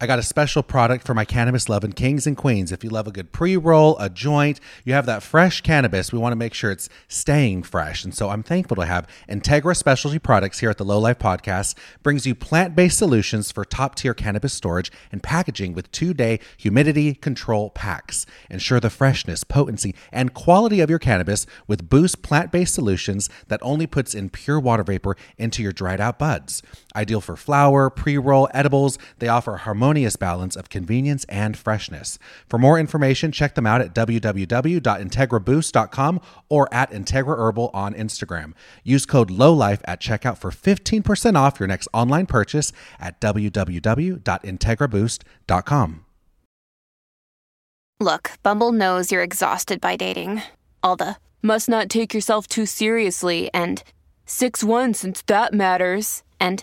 I got a special product for my cannabis loving kings and queens. If you love a good pre roll, a joint, you have that fresh cannabis, we want to make sure it's staying fresh. And so I'm thankful to have Integra Specialty Products here at the Low Life Podcast brings you plant based solutions for top tier cannabis storage and packaging with two day humidity control packs. Ensure the freshness, potency, and quality of your cannabis with Boost plant based solutions that only puts in pure water vapor into your dried out buds. Ideal for flower, pre roll, edibles, they offer a harmonious balance of convenience and freshness. For more information, check them out at www.integraboost.com or at Integra Herbal on Instagram. Use code LOWLIFE at checkout for 15% off your next online purchase at www.integraboost.com. Look, Bumble knows you're exhausted by dating. All the must not take yourself too seriously and 6 1 since that matters. And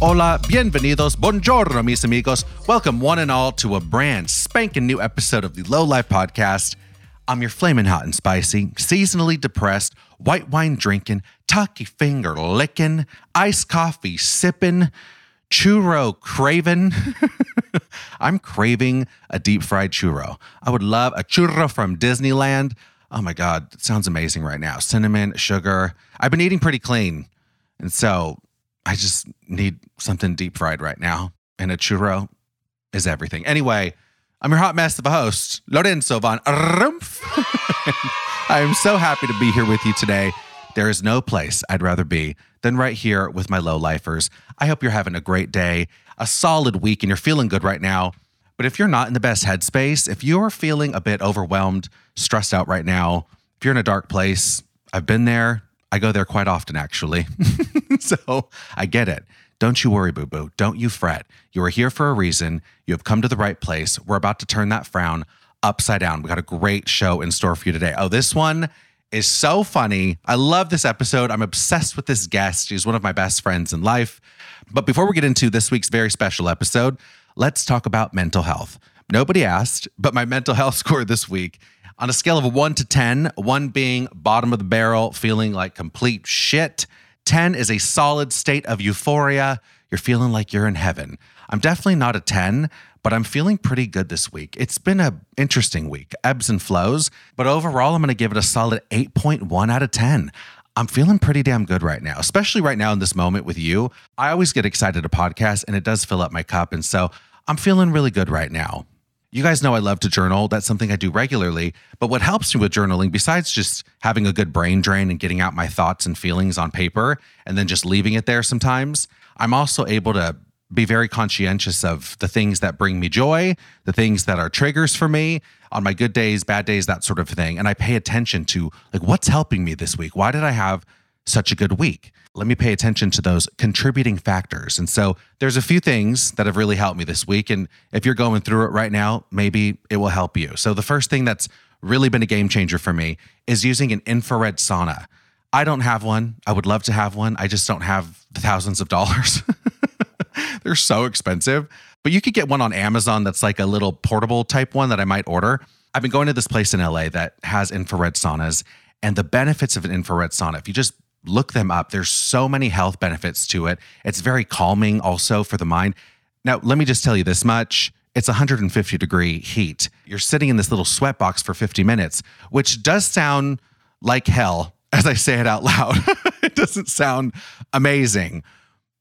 Hola, bienvenidos, buongiorno, mis amigos. Welcome, one and all, to a brand spanking new episode of the Low Life Podcast. I'm your flaming hot and spicy, seasonally depressed, white wine drinking, tucky finger licking, iced coffee sipping, churro craving. I'm craving a deep fried churro. I would love a churro from Disneyland. Oh my God, it sounds amazing right now. Cinnamon, sugar. I've been eating pretty clean. And so I just need something deep fried right now. And a churro is everything. Anyway, I'm your hot mess of a host, Lorenzo von Rumpf. I am so happy to be here with you today. There is no place I'd rather be than right here with my low lifers. I hope you're having a great day, a solid week, and you're feeling good right now. But if you're not in the best headspace, if you're feeling a bit overwhelmed, stressed out right now, if you're in a dark place, I've been there. I go there quite often, actually. so I get it. Don't you worry, boo boo. Don't you fret. You are here for a reason. You have come to the right place. We're about to turn that frown upside down. We got a great show in store for you today. Oh, this one is so funny. I love this episode. I'm obsessed with this guest. She's one of my best friends in life. But before we get into this week's very special episode, let's talk about mental health. Nobody asked, but my mental health score this week on a scale of one to 10, one being bottom of the barrel, feeling like complete shit. 10 is a solid state of euphoria. You're feeling like you're in heaven. I'm definitely not a 10, but I'm feeling pretty good this week. It's been a interesting week, ebbs and flows, but overall I'm going to give it a solid 8.1 out of 10. I'm feeling pretty damn good right now, especially right now in this moment with you. I always get excited to podcast and it does fill up my cup and so I'm feeling really good right now. You guys know I love to journal. That's something I do regularly. But what helps me with journaling, besides just having a good brain drain and getting out my thoughts and feelings on paper and then just leaving it there sometimes, I'm also able to be very conscientious of the things that bring me joy, the things that are triggers for me on my good days, bad days, that sort of thing. And I pay attention to like what's helping me this week? Why did I have such a good week? Let me pay attention to those contributing factors. And so there's a few things that have really helped me this week. And if you're going through it right now, maybe it will help you. So the first thing that's really been a game changer for me is using an infrared sauna. I don't have one. I would love to have one. I just don't have the thousands of dollars. They're so expensive. But you could get one on Amazon that's like a little portable type one that I might order. I've been going to this place in LA that has infrared saunas and the benefits of an infrared sauna. If you just look them up, there's so many health benefits to it. It's very calming also for the mind. Now, let me just tell you this much. It's 150 degree heat. You're sitting in this little sweat box for 50 minutes, which does sound like hell as I say it out loud. it doesn't sound amazing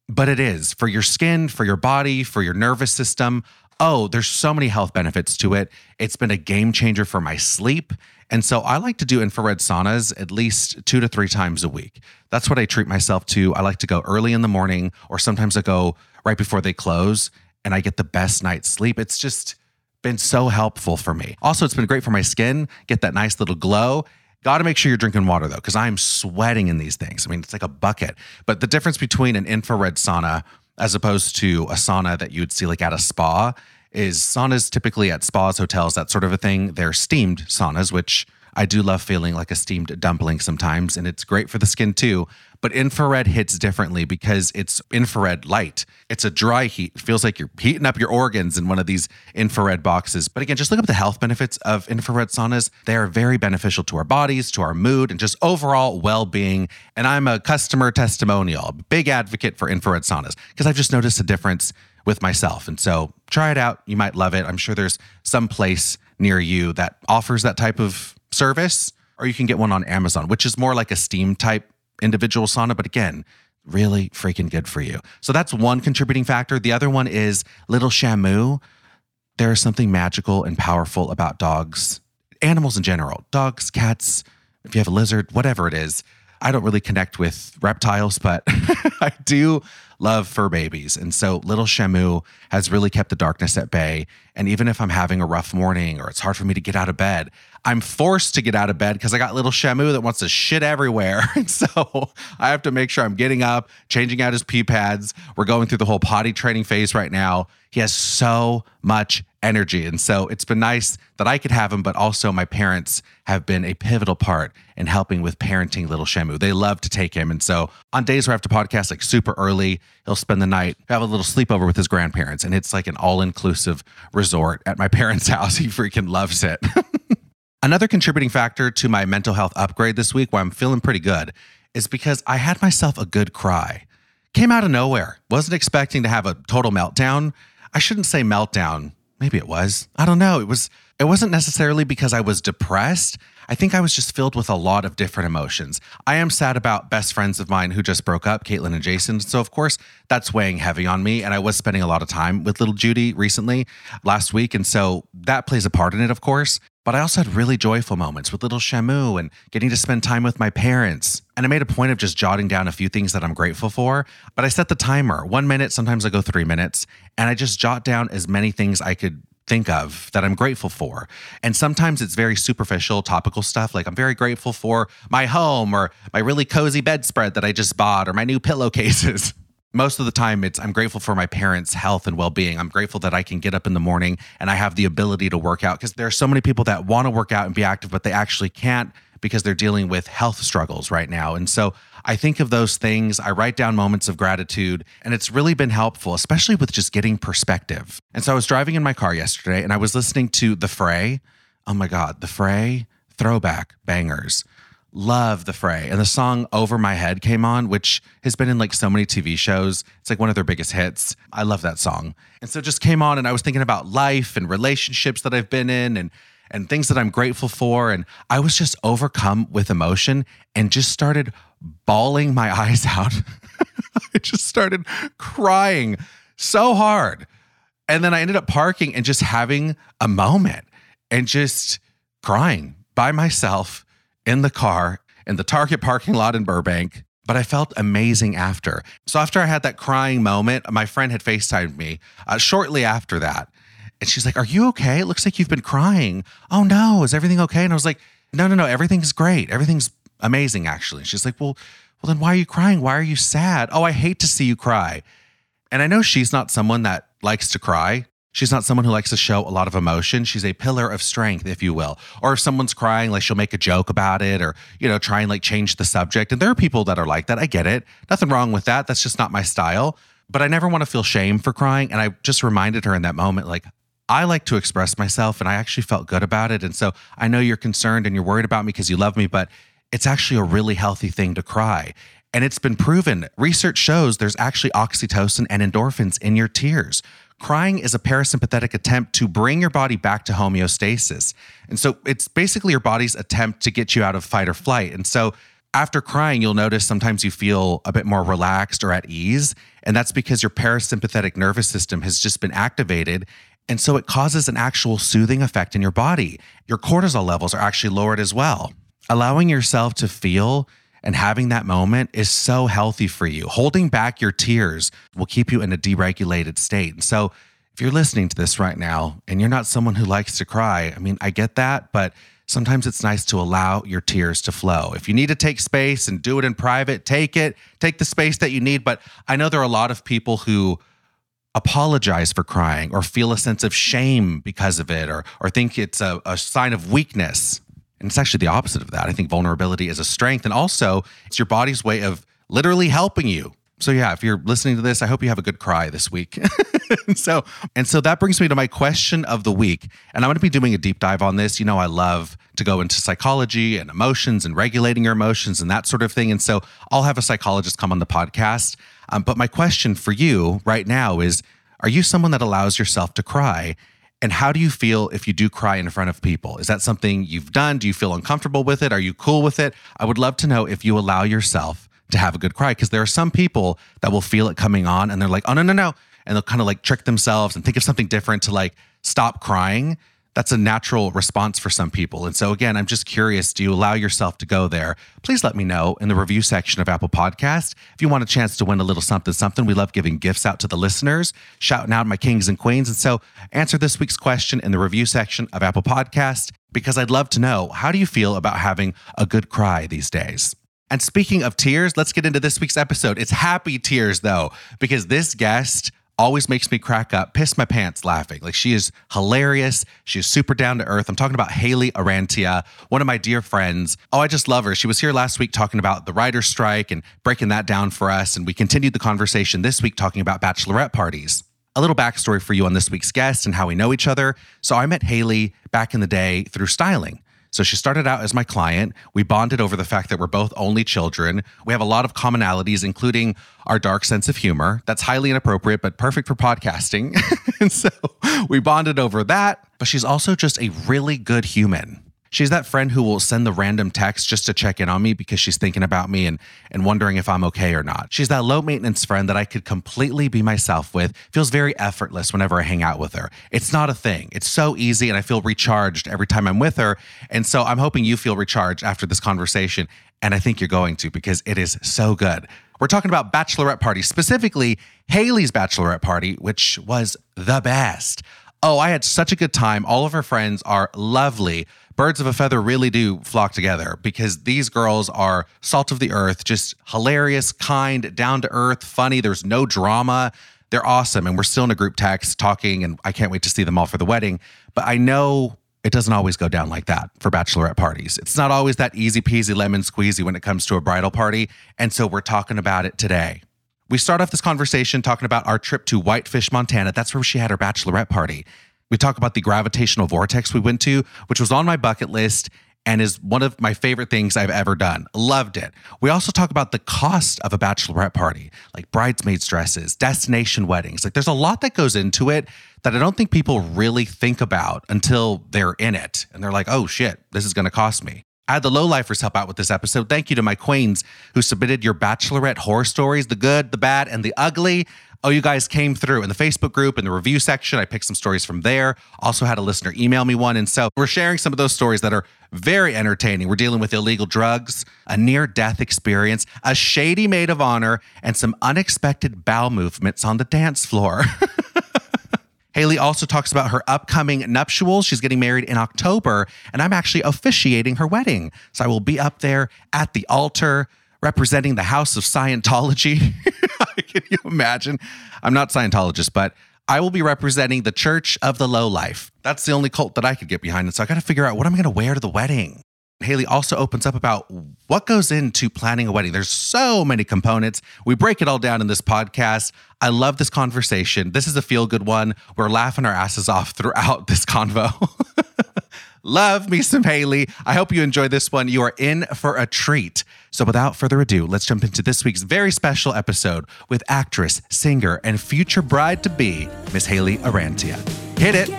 but it is for your skin, for your body, for your nervous system. Oh, there's so many health benefits to it. It's been a game changer for my sleep. And so I like to do infrared saunas at least two to three times a week. That's what I treat myself to. I like to go early in the morning, or sometimes I go right before they close, and I get the best night's sleep. It's just been so helpful for me. Also, it's been great for my skin, get that nice little glow. Got to make sure you're drinking water though, because I'm sweating in these things. I mean, it's like a bucket. But the difference between an infrared sauna as opposed to a sauna that you would see like at a spa is saunas typically at spas, hotels, that sort of a thing. They're steamed saunas, which I do love feeling like a steamed dumpling sometimes, and it's great for the skin too. But infrared hits differently because it's infrared light. It's a dry heat. It feels like you're heating up your organs in one of these infrared boxes. But again, just look up the health benefits of infrared saunas. They are very beneficial to our bodies, to our mood, and just overall well being. And I'm a customer testimonial, big advocate for infrared saunas because I've just noticed a difference with myself. And so try it out. You might love it. I'm sure there's some place near you that offers that type of service, or you can get one on Amazon, which is more like a steam type individual sauna. But again, really freaking good for you. So that's one contributing factor. The other one is Little Shamu. There is something magical and powerful about dogs, animals in general, dogs, cats, if you have a lizard, whatever it is. I don't really connect with reptiles, but I do love fur babies. And so Little Shamu has really kept the darkness at bay. And even if I'm having a rough morning or it's hard for me to get out of bed, I'm forced to get out of bed because I got Little Shamu that wants to shit everywhere. And so I have to make sure I'm getting up, changing out his pee pads. We're going through the whole potty training phase right now. He has so much energy. And so it's been nice that I could have him, but also my parents have been a pivotal part in helping with parenting little Shamu. They love to take him. And so on days where I have to podcast like super early, he'll spend the night, have a little sleepover with his grandparents. And it's like an all inclusive resort at my parents' house. He freaking loves it. Another contributing factor to my mental health upgrade this week, why I'm feeling pretty good, is because I had myself a good cry. Came out of nowhere. Wasn't expecting to have a total meltdown. I shouldn't say meltdown. Maybe it was. I don't know. It was it wasn't necessarily because I was depressed. I think I was just filled with a lot of different emotions. I am sad about best friends of mine who just broke up, Caitlin and Jason. So, of course, that's weighing heavy on me. And I was spending a lot of time with little Judy recently, last week. And so that plays a part in it, of course. But I also had really joyful moments with little Shamu and getting to spend time with my parents. And I made a point of just jotting down a few things that I'm grateful for. But I set the timer one minute, sometimes I go three minutes, and I just jot down as many things I could think of that I'm grateful for. And sometimes it's very superficial, topical stuff. Like I'm very grateful for my home or my really cozy bedspread that I just bought or my new pillowcases. Most of the time, it's I'm grateful for my parents' health and well being. I'm grateful that I can get up in the morning and I have the ability to work out because there are so many people that want to work out and be active, but they actually can't because they're dealing with health struggles right now. And so I think of those things. I write down moments of gratitude, and it's really been helpful, especially with just getting perspective. And so I was driving in my car yesterday and I was listening to The Fray. Oh my God, The Fray, throwback bangers. Love The Fray. And the song Over My Head came on, which has been in like so many TV shows. It's like one of their biggest hits. I love that song. And so it just came on, and I was thinking about life and relationships that I've been in and and things that I'm grateful for. And I was just overcome with emotion and just started bawling my eyes out. I just started crying so hard. And then I ended up parking and just having a moment and just crying by myself in the car in the Target parking lot in Burbank. But I felt amazing after. So, after I had that crying moment, my friend had FaceTimed me uh, shortly after that. And she's like, Are you okay? It looks like you've been crying. Oh no, is everything okay? And I was like, No, no, no, everything's great. Everything's amazing, actually. She's like, Well, well, then why are you crying? Why are you sad? Oh, I hate to see you cry. And I know she's not someone that likes to cry. She's not someone who likes to show a lot of emotion. She's a pillar of strength, if you will. Or if someone's crying, like she'll make a joke about it or, you know, try and like change the subject. And there are people that are like that. I get it. Nothing wrong with that. That's just not my style. But I never want to feel shame for crying. And I just reminded her in that moment, like, I like to express myself and I actually felt good about it. And so I know you're concerned and you're worried about me because you love me, but it's actually a really healthy thing to cry. And it's been proven. Research shows there's actually oxytocin and endorphins in your tears. Crying is a parasympathetic attempt to bring your body back to homeostasis. And so it's basically your body's attempt to get you out of fight or flight. And so after crying, you'll notice sometimes you feel a bit more relaxed or at ease. And that's because your parasympathetic nervous system has just been activated and so it causes an actual soothing effect in your body. Your cortisol levels are actually lowered as well. Allowing yourself to feel and having that moment is so healthy for you. Holding back your tears will keep you in a deregulated state. And so if you're listening to this right now and you're not someone who likes to cry, I mean, I get that, but sometimes it's nice to allow your tears to flow. If you need to take space and do it in private, take it, take the space that you need. But I know there are a lot of people who apologize for crying or feel a sense of shame because of it or, or think it's a, a sign of weakness. And it's actually the opposite of that. I think vulnerability is a strength. And also, it's your body's way of literally helping you. So, yeah, if you're listening to this, I hope you have a good cry this week. so, and so that brings me to my question of the week. And I'm going to be doing a deep dive on this. You know, I love to go into psychology and emotions and regulating your emotions and that sort of thing. And so I'll have a psychologist come on the podcast. Um, but my question for you right now is Are you someone that allows yourself to cry? And how do you feel if you do cry in front of people? Is that something you've done? Do you feel uncomfortable with it? Are you cool with it? I would love to know if you allow yourself to have a good cry because there are some people that will feel it coming on and they're like, oh, no, no, no. And they'll kind of like trick themselves and think of something different to like stop crying. That's a natural response for some people. And so, again, I'm just curious do you allow yourself to go there? Please let me know in the review section of Apple Podcast. If you want a chance to win a little something, something, we love giving gifts out to the listeners, shouting out my kings and queens. And so, answer this week's question in the review section of Apple Podcast because I'd love to know how do you feel about having a good cry these days? And speaking of tears, let's get into this week's episode. It's happy tears though, because this guest always makes me crack up, piss my pants laughing. Like she is hilarious. She is super down to earth. I'm talking about Haley Arantia, one of my dear friends. Oh, I just love her. She was here last week talking about the writer's strike and breaking that down for us. And we continued the conversation this week talking about bachelorette parties a little backstory for you on this week's guest and how we know each other. So I met Haley back in the day through styling. So she started out as my client. We bonded over the fact that we're both only children. We have a lot of commonalities, including our dark sense of humor. That's highly inappropriate, but perfect for podcasting. and so we bonded over that. But she's also just a really good human. She's that friend who will send the random text just to check in on me because she's thinking about me and, and wondering if I'm okay or not. She's that low maintenance friend that I could completely be myself with. Feels very effortless whenever I hang out with her. It's not a thing. It's so easy and I feel recharged every time I'm with her. And so I'm hoping you feel recharged after this conversation. And I think you're going to because it is so good. We're talking about bachelorette parties, specifically Haley's bachelorette party, which was the best. Oh, I had such a good time. All of her friends are lovely. Birds of a feather really do flock together because these girls are salt of the earth, just hilarious, kind, down to earth, funny. There's no drama. They're awesome. And we're still in a group text talking, and I can't wait to see them all for the wedding. But I know it doesn't always go down like that for bachelorette parties. It's not always that easy peasy lemon squeezy when it comes to a bridal party. And so we're talking about it today. We start off this conversation talking about our trip to Whitefish, Montana. That's where she had her bachelorette party. We talk about the gravitational vortex we went to, which was on my bucket list and is one of my favorite things I've ever done. Loved it. We also talk about the cost of a bachelorette party, like bridesmaids' dresses, destination weddings. Like there's a lot that goes into it that I don't think people really think about until they're in it and they're like, oh shit, this is gonna cost me. I had the lowlifers help out with this episode. Thank you to my queens who submitted your bachelorette horror stories the good, the bad, and the ugly. Oh, you guys came through in the Facebook group and the review section. I picked some stories from there. Also, had a listener email me one. And so we're sharing some of those stories that are very entertaining. We're dealing with illegal drugs, a near death experience, a shady maid of honor, and some unexpected bowel movements on the dance floor. Haley also talks about her upcoming nuptials. She's getting married in October, and I'm actually officiating her wedding. So I will be up there at the altar representing the House of Scientology. Can you imagine? I'm not Scientologist, but I will be representing the Church of the Low Life. That's the only cult that I could get behind. And so I got to figure out what I'm going to wear to the wedding. Haley also opens up about what goes into planning a wedding. There's so many components. We break it all down in this podcast. I love this conversation. This is a feel good one. We're laughing our asses off throughout this convo. love me some Haley. I hope you enjoy this one. You are in for a treat. So without further ado, let's jump into this week's very special episode with actress, singer, and future bride to be, Miss Haley Arantia. Hit it.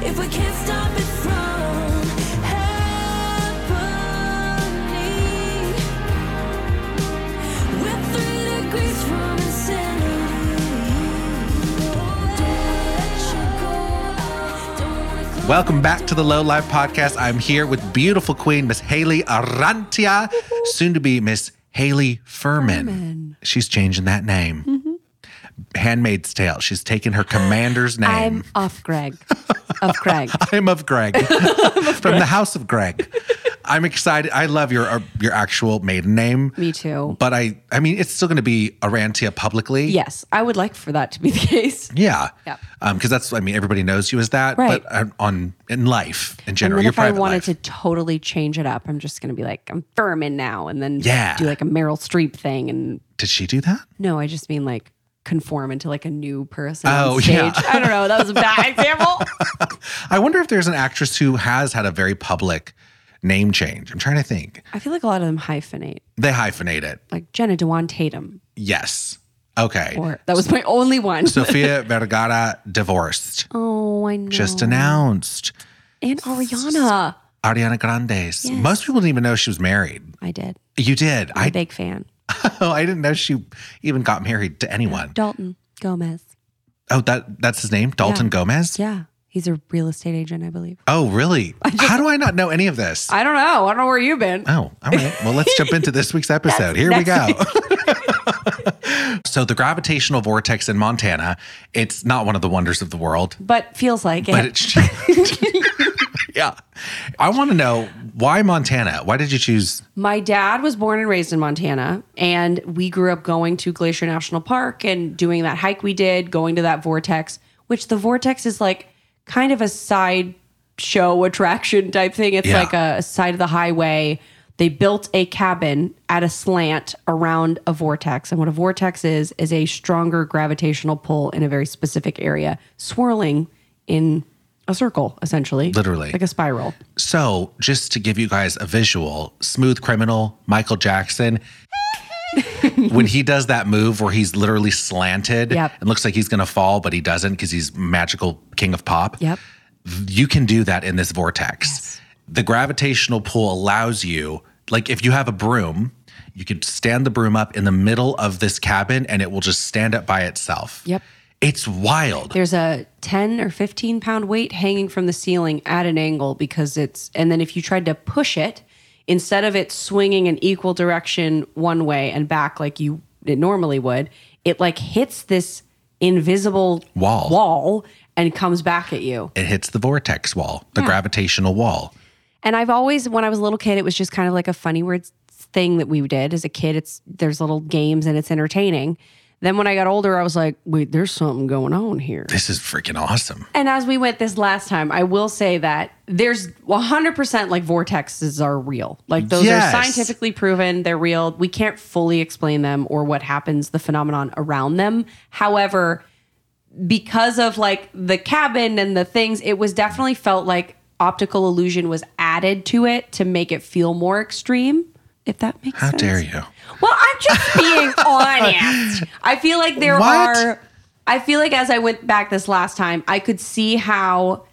If we can't stop it from happening, we're three degrees from insanity. Welcome back to the Low Life Podcast. I'm here with beautiful queen, Miss Haley Arantia, soon to be Miss Haley Furman. She's changing that name. Handmaid's Tale. She's taken her commander's name. Mm-hmm. I'm off Greg. Of Craig. I'm of Greg from the House of Greg. I'm excited. I love your uh, your actual maiden name. Me too. But I I mean it's still going to be Arantia publicly. Yes, I would like for that to be the case. Yeah. Yeah. Because that's I mean everybody knows you as that. Right. But uh, on in life in And general, then your if I private wanted life. to totally change it up, I'm just going to be like, I'm Furman now, and then Yeah. do like a Meryl Streep thing. And Did she do that? no, I just mean like conform into like a new person Oh, on stage. yeah. I don't know. That was a bad example. I wonder if there's an actress who has had a very public name change. I'm trying to think. I feel like a lot of them hyphenate, They hyphenate it. like Jenna Dewan Tatum. Yes. Okay. Or that was my only one. Sofia Vergara divorced. oh, I know. Just announced. and Ariana. Ariana Grande's. Most people didn't even know she was married. I did. You did. I'm a I big fan. I didn't know she even got married to anyone. Dalton Gomez. Oh, that that's his name, Dalton Yeah. Gomez. Yeah. He's a real estate agent, I believe. Oh, really? How do I not know any of this? I don't know. I don't know where you've been. Oh, all right. Well, let's jump into this week's episode. Here we go. so, the gravitational vortex in Montana, it's not one of the wonders of the world, but feels like but it. it's. yeah. I want to know why Montana? Why did you choose? My dad was born and raised in Montana, and we grew up going to Glacier National Park and doing that hike we did, going to that vortex, which the vortex is like kind of a side show attraction type thing. It's Yeah. like a side of the highway. They built a cabin at a slant around a vortex. And what a vortex is, is a stronger gravitational pull in a very specific area, swirling in a circle, essentially. Literally. Like a spiral. So, just to give you guys a visual, Smooth Criminal, Michael Jackson, when he does that move where he's literally slanted Yep. and looks like he's going to fall, but he doesn't because he's magical king of pop. Yep. You can do that in this vortex. The gravitational pull allows you, like if you have a broom, you could stand the broom up in the middle of this cabin and it will just stand up by itself. Yep. It's wild. There's a 10 or 15 pound weight hanging from the ceiling at an angle because it's, and then if you tried to push it, instead of it swinging in equal direction one way and back like you it normally would, it like hits this invisible Wall. wall and comes back at you. it hits the vortex wall, the gravitational wall. And I've always, when I was a little kid, it was just kind of like a funny words thing that we did as a kid. It's there's little games and it's entertaining. Then when I got older, I was like, wait, there's something going on here. This is freaking awesome. And as we went this last time, I will say that there's 100% like vortexes are real. Like those Yes. are scientifically proven, they're real. We can't fully explain them or what happens, the phenomenon around them. However, because of like the cabin and the things, it was definitely felt like optical illusion was added to it to make it feel more extreme. If that makes How sense. dare you? Well, I'm just being honest. I feel like there What? are. I feel like as I went back this last time, I could see how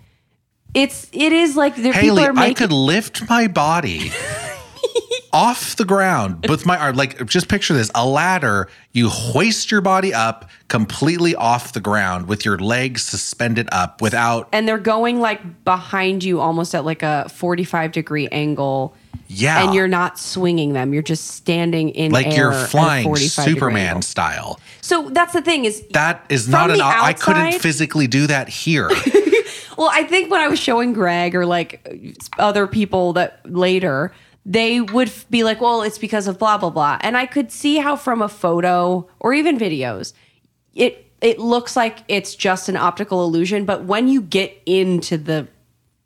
it's. It is like there, people Haley, are I making. could lift my body off the ground with my arm. Like, just picture this a ladder, you hoist your body up completely off the ground with your legs suspended up without, and they're going like behind you almost at like a 45 degree angle yeah. and you're not swinging them you're just standing in Ah. like air you're at a flying 45 degree Superman angle. style. so that's the thing is That is From not an. the I couldn't outside- physically do that here. Well, I think when I was showing Greg or like other people that later, they would f- be like, well, it's because of blah, blah, blah. And I could see how from a photo or even videos, it it looks like it's just an optical illusion. But when you get into the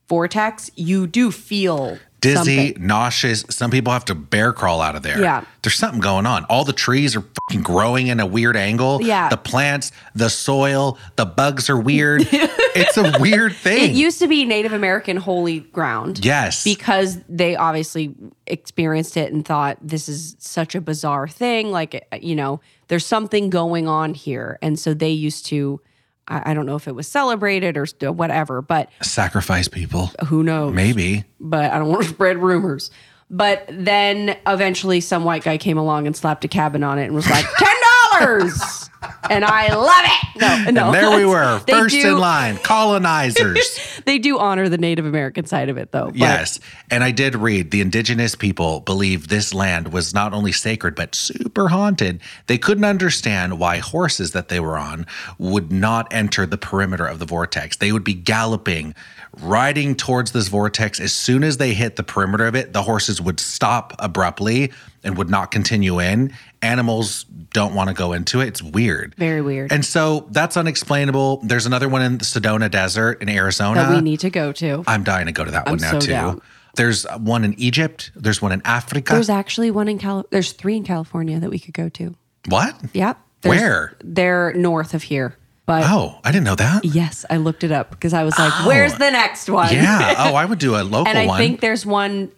vortex, you do feel Dizzy, something. nauseous. Some people have to bear crawl out of there. Yeah. There's something going on. All the trees are fing growing in a weird angle. Yeah. The plants, the soil, the bugs are weird. it's a weird thing. It used to be Native American holy ground. yes. because they obviously experienced it and thought this is such a bizarre thing like you know there's something going on here and so they used to i, I don't know if it was celebrated or st- whatever but Sacrifice people. who knows Maybe. but i don't want to spread rumors but then eventually some white guy came along and slapped a cabin on it and was like ten dollars and I love it. No, no. And there we were, They first do- in line, colonizers. They do honor the Native American side of it, though. but- yes. And I did read the indigenous people believed this land was not only sacred, but super haunted. They couldn't understand why horses that they were on would not enter the perimeter of the vortex. They would be galloping, riding towards this vortex. As soon as they hit the perimeter of it, the horses would stop abruptly and would not continue in. Animals don't want to go into it. It's weird. Very weird. And so that's unexplainable. There's another one in the Sedona Desert in Arizona. that we need to go to. I'm dying to go to that one now so too. down. There's one in Egypt. There's one in Africa. There's actually one in Cal. There's three in California that we could go to. what? Yep. There's- Where? They're north of here. But Oh, I didn't know that. yes, I looked it up because I was like, where's the next one? Yeah. Oh, I would do a local and I one. think there's one,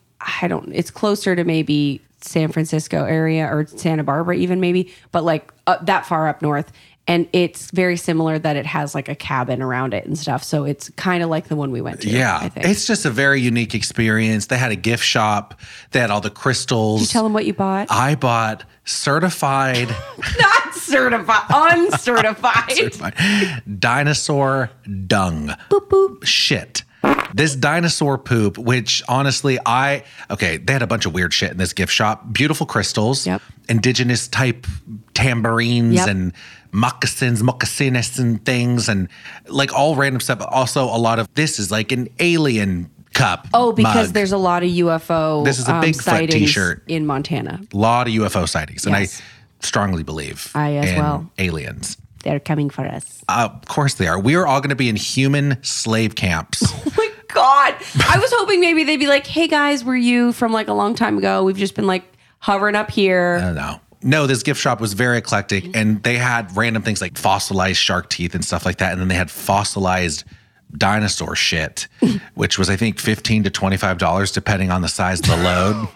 I don't, it's closer to maybe San Francisco area or Santa Barbara, even maybe, but like uh, that far up north. And it's very similar that it has like a cabin around it and stuff. So it's kind of like the one we went to. I yeah, think. it's just a very unique experience. They had a gift shop. They had all the crystals. Did you tell them what you bought? I bought certified Not certified, uncertified. dinosaur dung. Shit. This dinosaur poop, which honestly, I okay, they had a bunch of weird shit in this gift shop. Beautiful crystals, Yep. indigenous type tambourines Yep. and moccasins, moccasines and things, and like all random stuff. Also, a lot of this is like an alien cup. Oh, because mug. there's a lot of UFO. This is a Bigfoot um, sightings t-shirt. in Montana. lot of UFO sightings, and Yes. I strongly believe I as in well. aliens. They're coming for us. Uh, of course they are. We are all going to be in human slave camps. Oh my god! I was hoping maybe they'd be like, "Hey guys, were you from like a long time ago? We've just been like hovering up here." I don't know. No, this gift shop was very eclectic and they had random things like fossilized shark teeth and stuff like that. And then they had fossilized dinosaur shit, which was, I think, 15 to $25, depending on the size of the load.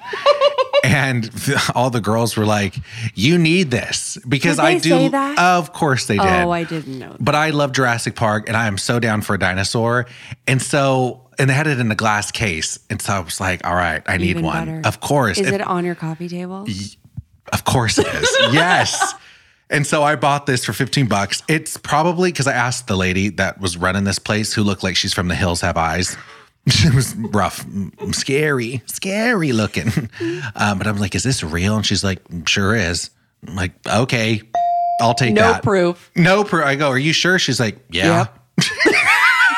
and all the girls were like, You need this because Did I they do. say that? Of course they did. oh, I didn't know. But I love Jurassic Park and I am so down for a dinosaur. And so, and they had it in a glass case. And so I was like, All right, I need Even one. better. Of course. Is If- it on your coffee table? of course it is. yes. And so I bought this for 15 bucks. It's probably because I asked the lady that was running this place who looked like she's from the hills have eyes. She was rough, m- scary, scary looking. Um, but I'm like, is this real? And she's like, sure is. I'm like, okay, I'll take No that. proof. No proof. I go, are you sure? She's like, yeah. Yep.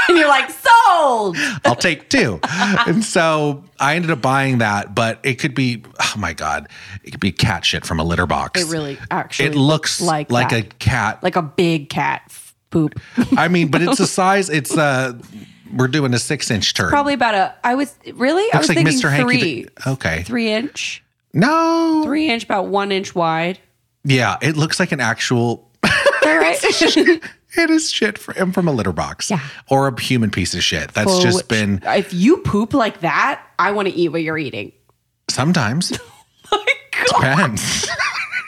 and you're like, sold. I'll take two. and so I ended up buying that, but it could be, oh my God, it could be cat shit from a litter box. It really actually It looks like, like like that. a cat. like a big cat f- poop. I mean, but it's a size, it's uh we're doing a six inch turn. Probably about a. I was really. I was looks like thinking Mr. Hanky. three, okay. three inch, No. three inch, about one inch wide. Yeah, it looks like an actual All right. it is shit from, from a litter box. Yeah. Or a human piece of shit. That's Oh, just been If you poop like that, I want to eat what you're eating. sometimes Oh My God. depends.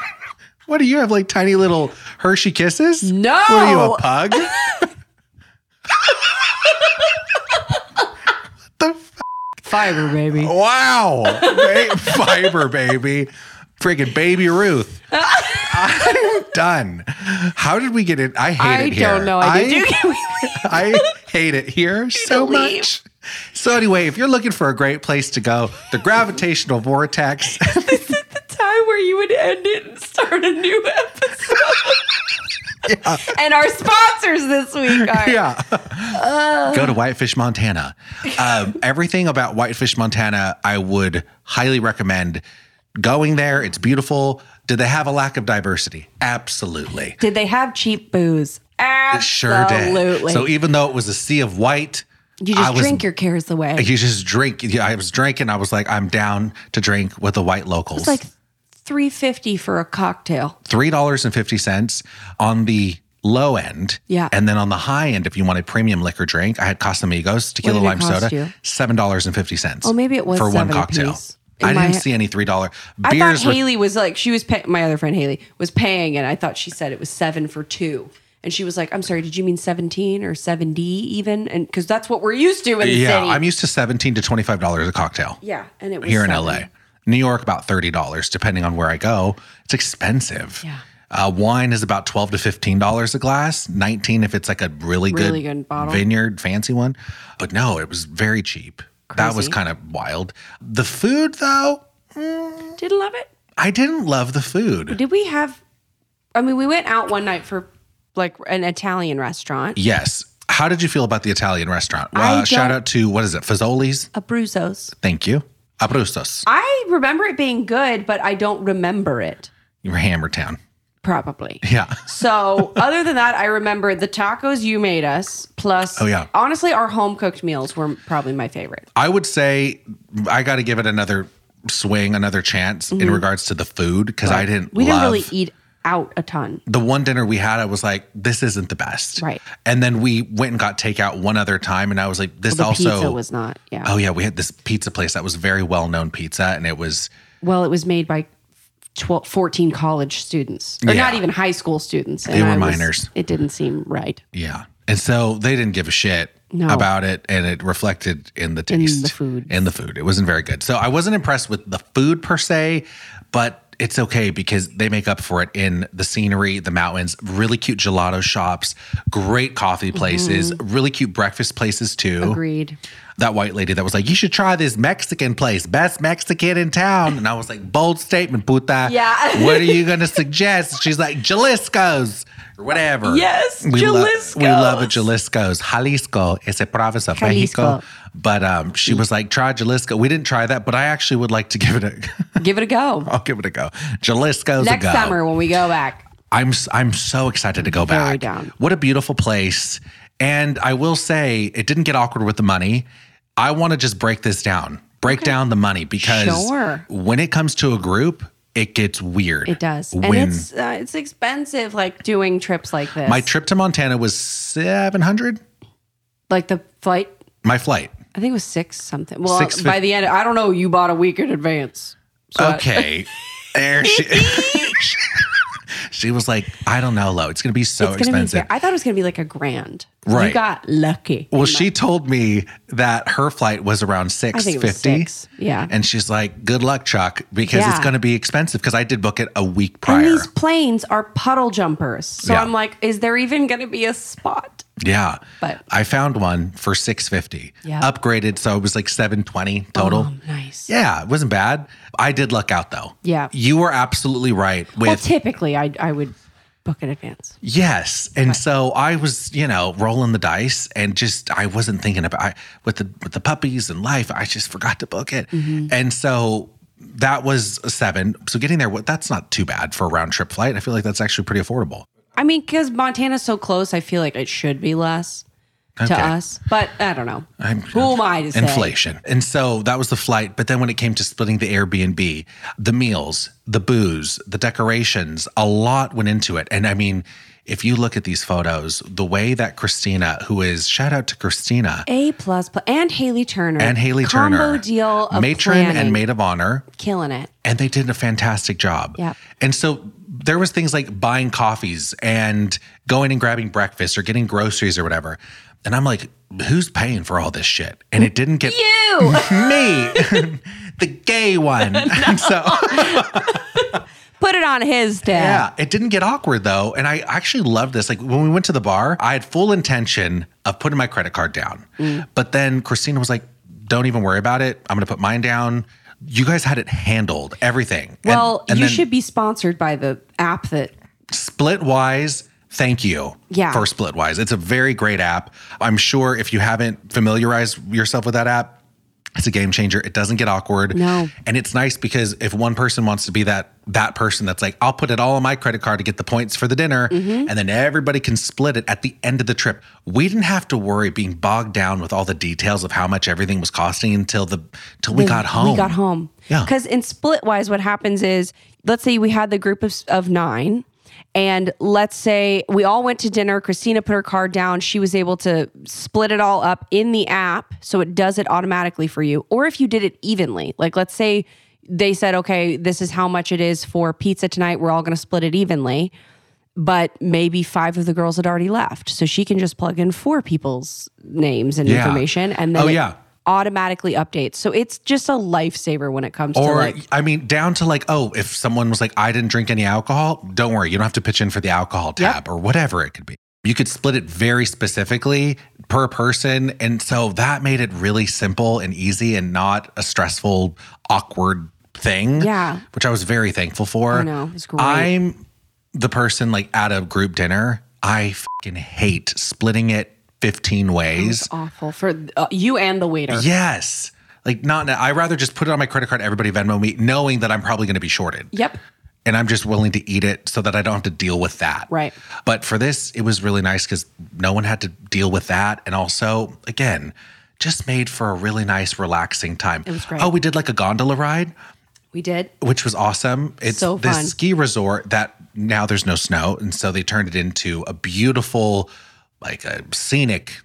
what do you have? Like tiny little Hershey kisses? No. What are you, a pug? what the f- Fiber, baby. Wow. Ba- Fiber, baby. Freaking baby Ruth. I'm done. How did we get in? I hate I it here. don't know. I, did. you- I hate it here so leave. much. So anyway, if you're looking for a great place to go, the gravitational vortex. time where you would end it and start a new episode. And our sponsors this week are yeah. Uh. Go to Whitefish, Montana. Um, everything about Whitefish, Montana, I would highly recommend going there. It's beautiful. Did they have a lack of diversity? Absolutely. Did they have cheap booze? Absolutely. It sure did. So even though it was a sea of white, you I just was- drink your cares away. you just drink. Yeah, I was drinking. I was like, I'm down to drink with the white locals. It's like 350 for a cocktail. three dollars and fifty cents on the low end. Yeah. And then on the high end, if you want a premium liquor drink, I had Casamigos tequila did it lime cost soda, you? seven dollars and fifty cents. Oh, maybe it was for one seven cocktail. apiece. In I my- didn't see any three dollar I beers. thought were- Haley was like she was pay- my other friend Haley was paying and I thought she said it was 7 for 2 and she was like I'm sorry did you mean 17 or 70 even and cuz that's what we're used to in the yeah, city. I'm used to seventeen to twenty five dollars a cocktail. yeah, and it was here in seven. LA. New York about thirty dollars, depending on where I go. It's expensive. Yeah. Uh, wine is about twelve to fifteen dollars a glass, nineteen if it's like a really good, Really good bottle. vineyard fancy one. But no, it was very cheap. That was Crazy. kind of wild. The food though, Didn't love it. I didn't love the food. Did we have? I mean, we went out one night for like an Italian restaurant, Yes. How did you feel about the Italian restaurant? I Uh, shout don't- out to what is it? Fazoli's. Abruzos. Thank you. Abruzos. I remember it being good, but I don't remember it. You were Hammer Town. Probably. Yeah. So, other than that, I remember the tacos you made us. Plus, Oh, yeah. honestly, our home cooked meals were probably my favorite. I would say I got to give it another swing, another chance in regards to the food because I didn't Mm-hmm. We love didn't really eat out a ton. the one dinner we had. I was like, this isn't the best. Right. And then we went and got takeout one other time, and I was like, this The also. pizza was not. Yeah. Oh yeah, we had this pizza place that was very well known pizza, and it was Well, it was made by 12, 14 college students, or Yeah. not even high school students. and They were I was- minors. It didn't seem right yeah, and so they didn't give a shit No. about it, and it reflected in the taste, the food. in the food. It wasn't very good, so I wasn't impressed with the food per se, but. It's okay because they make up for it in the scenery, the mountains, really cute gelato shops, great coffee places, Mm-hmm. really cute breakfast places too. Agreed. that white lady that was like, "You should try this Mexican place, best Mexican in town," and I was like, "Bold statement, puta." Yeah. what are you gonna suggest? She's like, "Jalisco's." or Whatever. Yes, lo- we love a Jalisco's. Jalisco's. Jalisco is a province of Jalisco. Mexico. But um, she was like, try Jalisco. We didn't try that, but I actually would like to give it a. Give it a go. I'll give it a go. Jalisco's Next a go. summer when we go back. I'm s- I'm so excited to go Very back. down. What a beautiful place. And I will say it didn't get awkward with the money. I want to just break this down. Break down the money because Sure. when it comes to a group, it gets weird. It does. When And it's uh, it's expensive like doing trips like this. my trip to Montana was 700, like the flight my flight. I think it was 6 something. Well, Six fif- by the end I don't know, you bought a week in advance. Okay. There she She was like, I don't know, Lo. It's going to be so it's gonna be Oh, expensive. fair. I thought it was going to be like a grand. Right. You got lucky. Well, she told me that her flight was around six think it was fifty. six, yeah. and she's like, "Good luck, Chuck, because it's Yeah. going to be expensive." Because I did book it a week prior. And these planes are puddle jumpers. So Yeah. I'm like, is there even going to be a spot? yeah, But- I found one for six fifty. Yeah. Oh. upgraded, so it was like seven twenty total. nice. Yeah, it wasn't bad. I did luck out though. Yeah. you were absolutely right. With Well, typically I I would book in advance. Yes, and so I was, you know, rolling the dice, and just I wasn't thinking about I, with the with the puppies and life. I just forgot to book it, and so that was a seven. So getting there, what that's not too bad for a round trip flight. I feel like that's actually pretty affordable. I mean, because Montana's so close, I feel like it should be less Okay. to us. But I don't know. Who am I to say? Inflation, and so that was the flight. But then when it came to splitting the Airbnb, the meals, the booze, the decorations, a lot went into it. And I mean, if you look at these photos, the way that Christina, who is shout out to Christina, A plus plus and Haley Turner and Haley combo Turner, deal of matron and planning. maid of honor, killing it. and they did a fantastic job. Yep. And so there was things like buying coffees and going and grabbing breakfast or getting groceries or whatever. And I'm like, who's paying for all this shit? And it didn't get You me, the gay one. And so put it on his dad. yeah, it didn't get awkward though. And I actually loved this. Like when we went to the bar, I had full intention of putting my credit card down. Mm. But then Christina was like, don't even worry about it. I'm going to put mine down. You guys had it handled, everything. And- Well, and you then should be sponsored by the app that Splitwise, thank you Yeah. for Splitwise. It's a very great app. I'm sure if you haven't familiarized yourself with that app, it's a game changer. It doesn't get awkward. No. And it's nice because if one person wants to be that that person that's like, I'll put it all on my credit card to get the points for the dinner, Mm-hmm. and then everybody can split it at the end of the trip. We didn't have to worry being bogged down with all the details of how much everything was costing until the till we got home. We got home. Yeah. Because in Splitwise, what happens is, let's say we had the group of, of nine, and let's say we all went to dinner. Christina put her card down. She was able to split it all up in the app, so it does it automatically for you. Or if you did it evenly, like let's say they said, okay, this is how much it is for pizza tonight. We're all going to split it evenly. But maybe five of the girls had already left. So she can just plug in four people's names and Yeah. information and then Oh, it yeah. automatically updates. So it's just a lifesaver when it comes to Or like I mean, down to like, oh, if someone was like, I didn't drink any alcohol, don't worry, you don't have to pitch in for the alcohol Yep. tab or whatever it could be. You could split it very specifically per person. And so that made it really simple and easy and not a stressful, awkward thing. Yeah. Which I was very thankful for. I know, it's great. I'm the person like at a group dinner, I fucking hate splitting it 15 ways. awful for uh, you and the waiter. Yes. Like not I rather just put it on my credit card, everybody Venmo me, knowing that I'm probably gonna be shorted. Yep. And I'm just willing to eat it so that I don't have to deal with that. Right. But for this, it was really nice because no one had to deal with that. And also, again, just made for a really nice, relaxing time. It was great. Oh, we did like a gondola ride, We did. which was awesome. It's So this fun. ski resort that now there's no snow. And so they turned it into a beautiful, like a scenic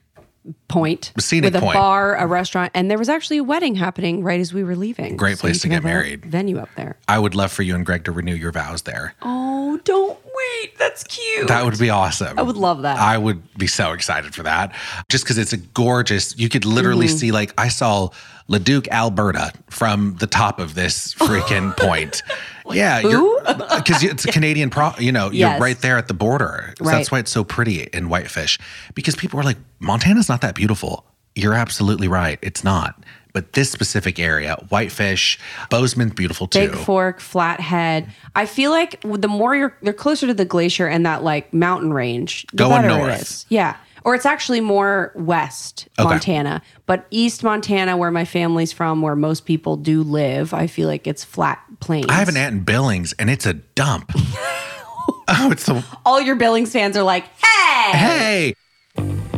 Point. Scenic with a point. bar, a restaurant, and there was actually a wedding happening right as we were leaving. Great So place you to can get have a married. Venue up there. I would love for you and Greg to renew your vows there. Oh, don't wait. That's cute. That would be awesome. I would love that. I would be so excited for that. Just because it's a gorgeous, you could literally Mm-hmm. see, like, I saw Leduc, Alberta from the top of this freaking point. Yeah. Because it's a Canadian, pro, you know, you're Yes. right there at the border. So that's Right. why it's so pretty in Whitefish. Because people are like, Montana's not that beautiful. You're absolutely right. It's not. But this specific area, Whitefish, Bozeman's beautiful too. Big Fork, Flathead. I feel like the more you're they're closer to the glacier and that like mountain range, the Going better north. it is. Yeah. Or it's actually more west Okay. Montana, but east Montana, where my family's from, where most people do live, I feel like it's flat plains. I have an aunt in Billings and it's a dump. oh, it's the All your Billings fans are like, hey, Hey!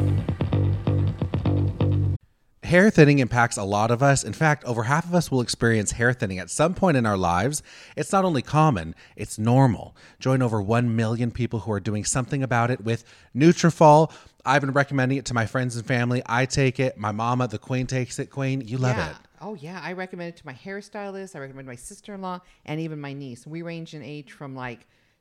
Hair thinning impacts a lot of us. In fact, over half of us will experience hair thinning at some point in our lives. It's not only common, it's normal. Join over 1 million people who are doing something about it with Nutrafol. I've been recommending it to my friends and family. I take it. My mama, the queen, takes it. Queen, you love yeah. it. Oh yeah, I recommend it to my hairstylist. I recommend it to my sister-in-law and even my niece. We range in age from like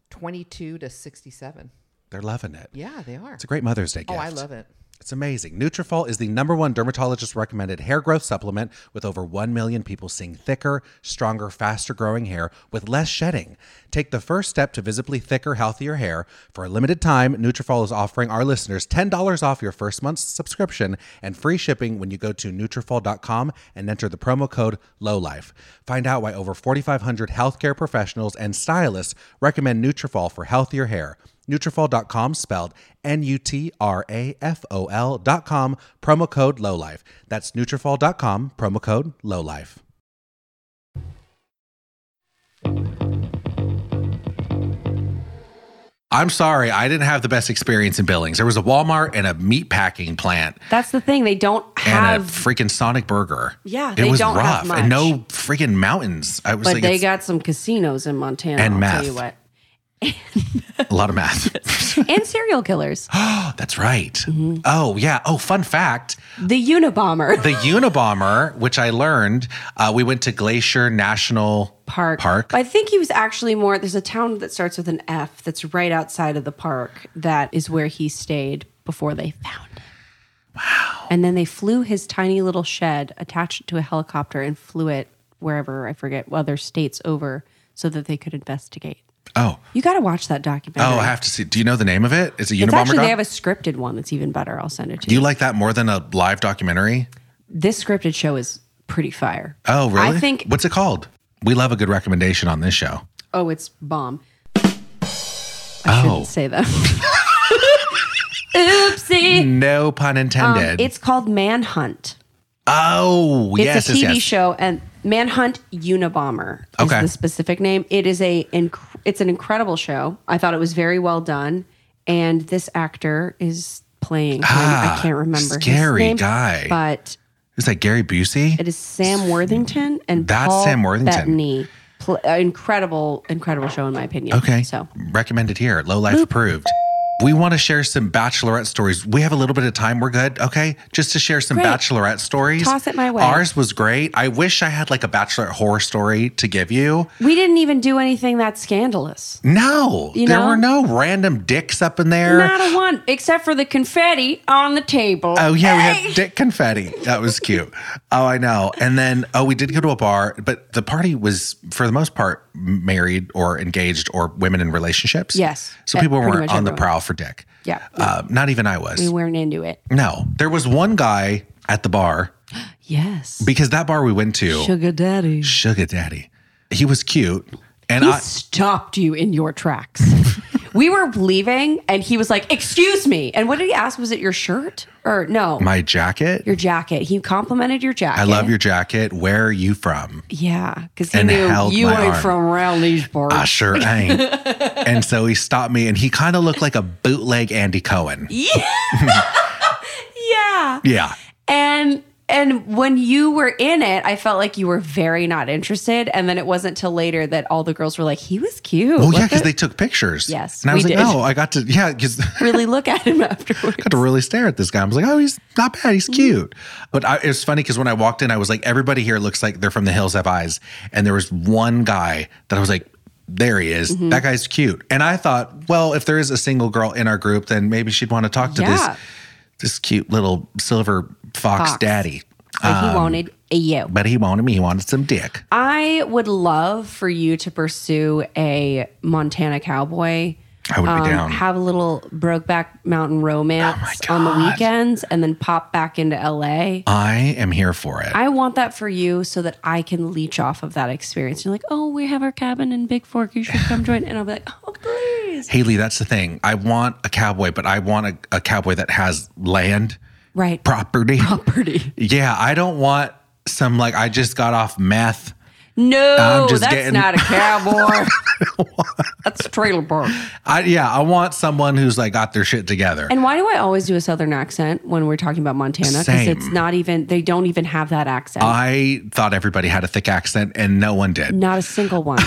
22 to 67. They're loving it. Yeah, they are. It's a great Mother's Day gift. oh, I love it. It's amazing. Nutrafol is the number one dermatologist recommended hair growth supplement with over 1 million people seeing thicker, stronger, faster growing hair with less shedding. Take the first step to visibly thicker, healthier hair. For a limited time, Nutrafol is offering our listeners $10 off your first month's subscription and free shipping when you go to Nutrafol.com and enter the promo code LOWLIFE. Find out why over 4,500 healthcare professionals and stylists recommend Nutrafol for healthier hair. Nutrafol.com spelled N-U-T-R-A-F-O-L dot com, promo code LOWLIFE. That's Nutrafol.com, promo code LOWLIFE. I'm sorry, I didn't have the best experience in Billings. There was a Walmart and a meat packing plant that's the thing. They don't and a have, freaking Sonic Burger. Yeah, it they was don't rough have and much. no freaking mountains. I was but like, they it's got some casinos in Montana. And I'll meth. tell you what, a lot of math. and serial killers. That's right. Mm-hmm. Oh yeah. Oh, fun fact: the Unabomber. the Unabomber, which I learned, uh, we went to Glacier National park. Park. But I think he was actually more. There's a town that starts with an F that's right outside of the park. That is where he stayed before they found him. Wow. And then they flew his tiny little shed, attached it to a helicopter, and flew it wherever I forget other states over, so that they could investigate. Oh, You got to watch that documentary. oh, I have to see. Do you know the name of it? Is it It's Unabomber? actually doc? they have a scripted one that's even better. I'll send it to Do you. you like that more than a live documentary? this scripted show is pretty fire. Oh, really? I think What's it called? We love a good recommendation on this show. Oh, it's bomb. Oh. I shouldn't say that. Oopsie. No pun Um, intended. it's called Manhunt. oh, It's yes, a yes, TV yes. show, and Manhunt Unabomber is Okay. the specific name. It is a inc- it's an incredible show. I thought it was very well done, and this actor is playing. him. Ah, I can't remember scary his name, guy. but Is that Gary Busey? it is Sam Worthington and That's Paul Sam Worthington. Bettany. Pl- uh, incredible, incredible show in my opinion. Okay. so recommended here. Low life approved. We want to share some bachelorette stories. We have a little bit of time. We're good. Okay. Just to share some Great. bachelorette stories. Toss it my way. Ours was great. I wish I had like a bachelorette horror story to give you. We didn't even do anything that scandalous. No, You there know? were no random dicks up in there. Not a one, except for the confetti on the table. Oh yeah, we had dick confetti. That was cute. oh, I know. And then oh, we did go to a bar, but the party was for the most part married or engaged or women in relationships. Yes. So Uh, people pretty weren't much on the everyone. prowl for dick. Yeah. Uh, not even I was. we weren't into it. no, there was one guy at the bar Yes. because that bar we went to, Sugar, Sugar daddy. Daddy, he was cute, and He I. stopped you in your tracks. we were leaving and he was like, Excuse me. And what did he ask? Was it your shirt? Or no, My jacket. your jacket. He complimented your jacket. I love your jacket. Where are you from? Yeah. Because he And knew held you my ain't arm. Ah, from around these parts. I sure ain't. and so he stopped me and he kind of looked like a bootleg Andy Cohen. yeah. Yeah. And and when you were in it, I felt like you were very not interested. And then it wasn't till later that all the girls were like, he was cute. Oh, Let's yeah, because they took pictures. Yes, And I was we like, did. no, I got to, yeah, because I really look at him afterwards. got to really stare at this guy. I was like, oh, he's not bad. Mm-hmm. He's cute. But I, it was funny because when I walked in, I was like, everybody here looks like they're from the Hills Have Eyes. And there was one guy that I was like, there he is. Mm-hmm. That guy's cute. And I thought, well, if there is a single girl in our group, then maybe she'd want to talk to Yeah. this this cute little silver fox, Fox. daddy. Like, Um, he wanted you. But he wanted me. He wanted some dick. I would love for you to pursue a Montana cowboy. um, I would be down. Have a little Brokeback Mountain romance Oh my on the God. weekends and then pop back into LA. I am here for it. I want that for you so that I can leech off of that experience. You're like, oh, we have our cabin in Big Fork. You should come join. And I'll be like, oh, please. Haley, that's the thing. I want a cowboy, but I want a, a cowboy that has land, Right. property. Property. yeah, I don't want some like I just got off meth. No, I'm just that's getting- not a cowboy. that's trailer park. I yeah, I want someone who's like got their shit together. And why do I always do a southern accent when we're talking about Montana? Because it's Same. not even, they don't even have that accent. I thought everybody had a thick accent, and no one did. Not a single one.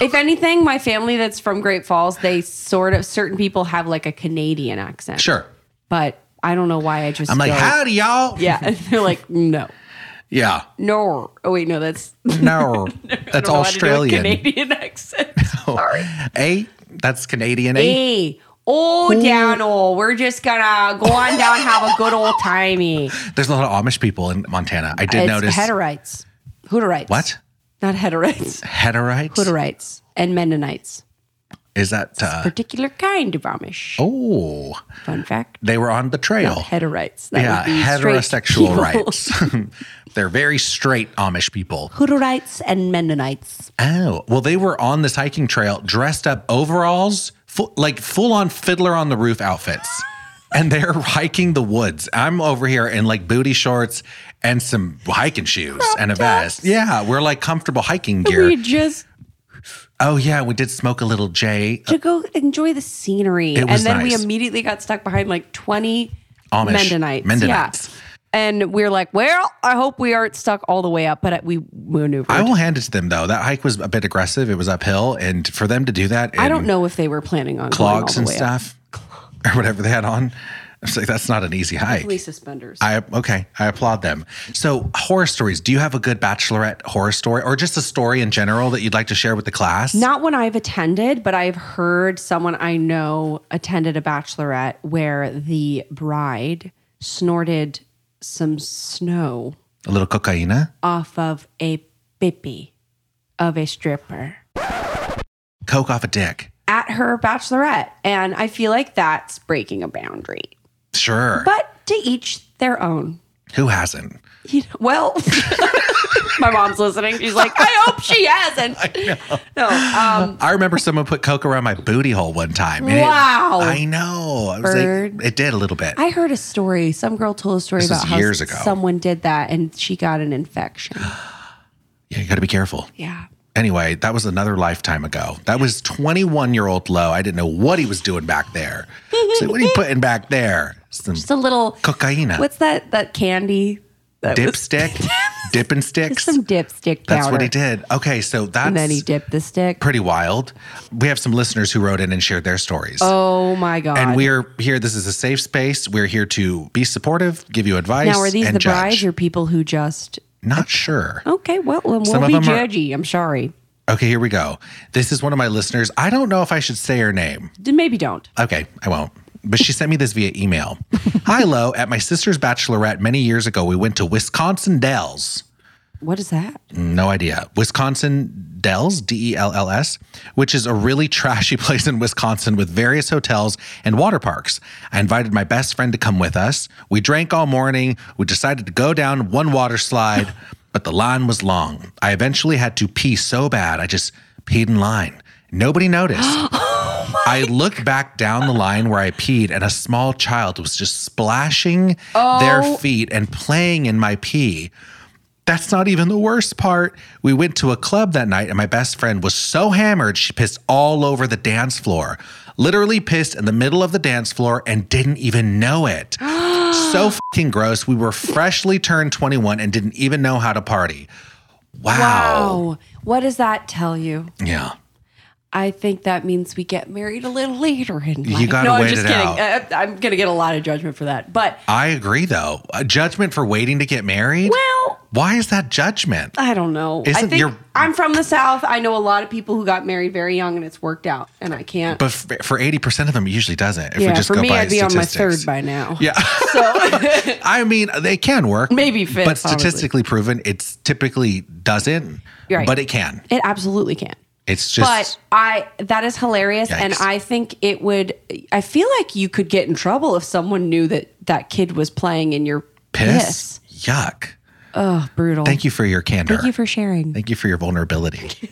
if anything, my family that's from Great Falls, they sort of certain people have like a Canadian accent. Sure, But I don't know why I just I'm like, go- howdy y'all. Yeah. And they're like, no. yeah. No. Oh wait, no, that's No, I that's don't know how to do a Australian. Canadian accent. Sorry. A, that's Canadian. A, Hey. Oh down all. We're just gonna go on down, have a good old timey. there's a lot of Amish people in Montana. I did It's notice. heterites. Hooterites. what? Not heterites. Heterites? Hooterites and Mennonites. Is that uh, Particular kind of Amish. oh? Fun fact. They were on the trail. Heterites. That yeah, would be straight heterosexual people. rights. They're very straight Amish people. Hutterites and Mennonites. Oh, well, they were on this hiking trail dressed up overalls, full, like full on Fiddler on the Roof outfits. And they're hiking the woods. I'm over here in like booty shorts and some hiking shoes and a vest. Yeah, we're like comfortable hiking gear. We just Oh, yeah, we did smoke a little J. to go enjoy the scenery. Uh, It was and then nice. we immediately got stuck behind like 20 Amish Mennonites. Mennonites. Yeah. And we are like, well, I hope we aren't stuck all the way up, but we maneuvered. I I, will hand it to them though. That hike was a bit aggressive. It was uphill. And for them to do that, in- don't know if they were planning on going all clogs the and way up. stuff or whatever they had on. I was like, that's not an easy hike. Police suspenders. I okay, I applaud them. So horror stories. Do you have a good bachelorette horror story or just a story in general that you'd like to share with the class? Not one I've attended, but I've heard someone I know attended a bachelorette where the bride snorted some snow A little cocaina. off of a bippy of a stripper Coke off a dick. at her bachelorette. And I feel like that's breaking a boundary, Sure. but to each their own. Who hasn't? You know, well, my mom's listening. She's like, I hope she hasn't. No, um, I remember someone put coke around my booty hole one time. and it- Wow. I know. I was Bird. like, it did a little bit. I heard a story. Some girl told a story This about was how years ago. someone did that and she got an infection. yeah, you gotta be careful. Yeah. Anyway, that was another lifetime ago. That was 21 year old Low. I didn't know what he was doing back there. I was like, what are you putting back there? Some Just a little cocaina, What's that that candy? That was- dipstick. dipping sticks. Some dipstick powder. That's what he did. Okay, so that's And then he dipped the stick. pretty wild. We have some listeners who wrote in and shared their stories. Oh my god! And we are here. This is a safe space. We're here to be supportive, give you advice. now are these and the judge. brides Oh. or people who just? Not sure. Okay, well, we'll Some be of them are- judgy. I'm sorry. Okay, here we go. This is one of my listeners. I don't know if I should say her name. D- Maybe don't. Okay, I won't. But she sent me this via email. Hi, Lo. At my sister's bachelorette many years ago, we went to Wisconsin Dells. What is that? No idea. Wisconsin Dells, D E L L S, which is a really trashy place in Wisconsin with various hotels and water parks. I invited my best friend to come with us. We drank all morning. We decided to go down one water slide, but the line was long. I eventually had to pee so bad, I just peed in line. Nobody noticed. I looked back down the line where I peed, and a small child was just splashing their feet and playing in my pee. That's not even the worst part. We went to a club that night, and my best friend was so hammered, she pissed all over the dance floor. Literally pissed in the middle of the dance floor and didn't even know it. so fucking gross. We were freshly turned 21 and didn't even know how to party. Wow. Oh, what does that tell you? Yeah. I think that means we get married a little later in life. gotta no, I'm wait just it kidding. out. I, I'm gonna get a lot of judgment for that, but I agree, though. A judgment for waiting to get married? well, uh, Why is that judgment? I don't know. I Isn't think your- I'm from the South. I know a lot of people who got married very young and it's worked out, and I can't. But f- for 80% of them, it usually doesn't. If we yeah, just for go me, by I'd be on my statistics. third by now. Yeah. So I mean, they can work. Maybe But fifth, honestly. statistically proven, it's typically doesn't, Right. but it can. it absolutely can. It's just, but I that is hilarious, and Yikes. I think it would. I feel like you could get in trouble if someone knew that that kid was playing in your piss. piss. Yuck. Oh, brutal. Thank you for your candor. Thank you for sharing. Thank you for your vulnerability.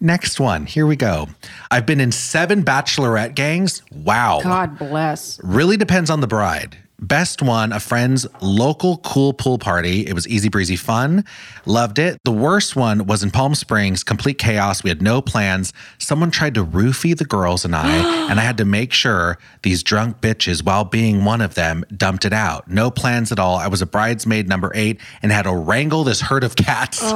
Next one. Here we go. I've been in seven bachelorette gangs. Wow. God bless. Really depends on the bride. Best one, a friend's local cool pool party. It was easy breezy fun. Loved it. The worst one was in Palm Springs, complete chaos. We had no plans. Someone tried to roofie the girls and I, and I had to make sure these drunk bitches, while being one of them, dumped it out. No plans at all. I was a bridesmaid number eight and had to wrangle this herd of cats.